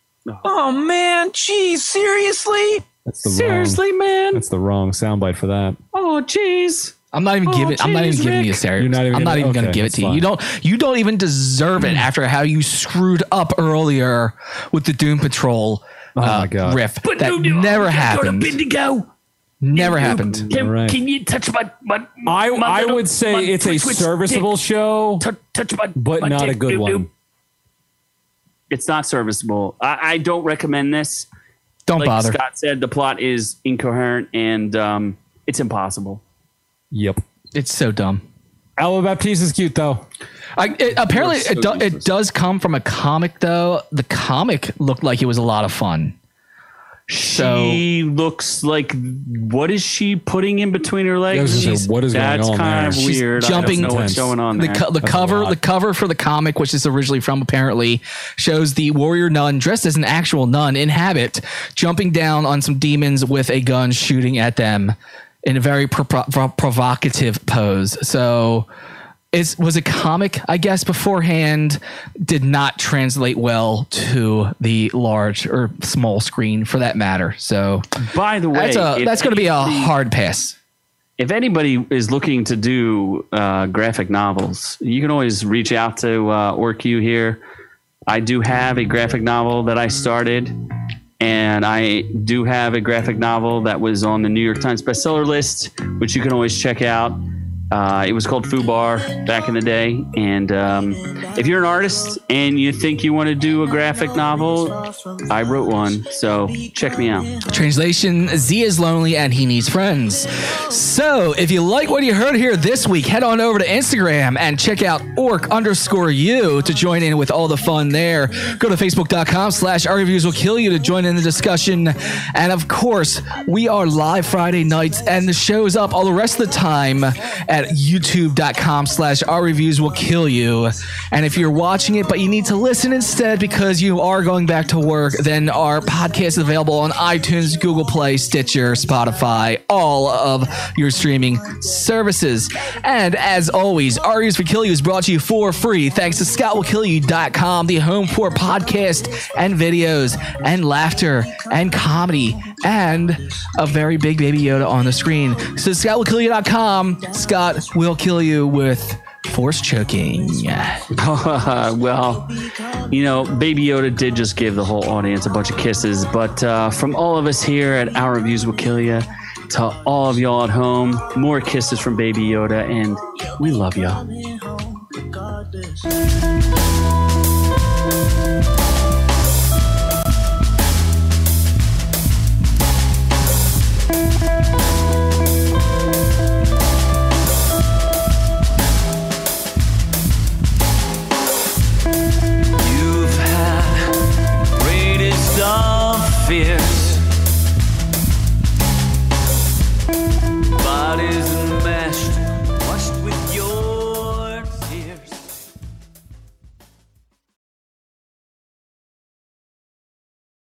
oh man, geez, seriously? That's the wrong- seriously, man. That's the wrong soundbite for that. Oh, jeez. I'm not even Oh, giving. I'm not even geez, giving you a Rick. series. You're not even I'm not gonna- even gonna okay, give it to that's Hmm. you. You don't. You don't even deserve it after how you screwed up earlier with the Doom Patrol uh, Oh my God. riff that never happened. Never happened. All right. you touch my my? I, I would say it's a serviceable show, touch my, but not a good one. It's not serviceable. I, I don't recommend this. Don't Like bother. Scott said, the plot is incoherent and um, it's impossible. Yep. It's so dumb. Alba Baptiste is cute though. I, it, apparently, it, do, it does come from a comic, though. The comic looked like it was a lot of fun. So she looks like what is she putting in between her legs? I was gonna say, She's- what is going that's on kind there? of She's weird. jumping I don't know what's intense. going on the, there. co- the That's a cover lot. the cover for the comic, which is originally from apparently, shows the warrior nun dressed as an actual nun in habit, jumping down on some demons with a gun, shooting at them in a very pro- pro- provocative pose. So it was a comic, I guess, beforehand. Did not translate well to the large or small screen, for that matter. So By the way, that's a if that's going to be a hard pass. if anybody is looking to do uh, graphic novels, you can always reach out to uh, OrQ here. I do have a graphic novel that I started, and I do have a graphic novel that was on the New York Times bestseller list, which you can always check out. Uh, it was called Fubar back in the day. And um, if you're an artist and you think you want to do a graphic novel, I wrote one, so check me out. Translation Z is lonely and he needs friends. So, if you like what you heard here this week, head on over to Instagram and check out orc underscore you to join in with all the fun there. Go to facebook.com slash our reviews will kill you to join in the discussion. And of course, we are live Friday nights and the show's up all the rest of the time at youtube.com slash our reviews will kill you. And if you're watching it, but you need to listen instead because you are going back to work, then our podcast is available on iTunes, Google Play, Stitcher, Spotify, all of your streaming services. And as always, Our Reviews for Kill You is brought to you for free thanks to ScottWillKillYou.com, the home for podcasts and videos and laughter and comedy and a very big baby Yoda on the screen. So ScottWillKillYou.com, Scott will kill you with force choking. well, you know, Baby Yoda did just give the whole audience a bunch of kisses, but uh, from all of us here at Our Reviews Will Kill Ya to all of y'all at home, more kisses from Baby Yoda, and we love y'all. Love you.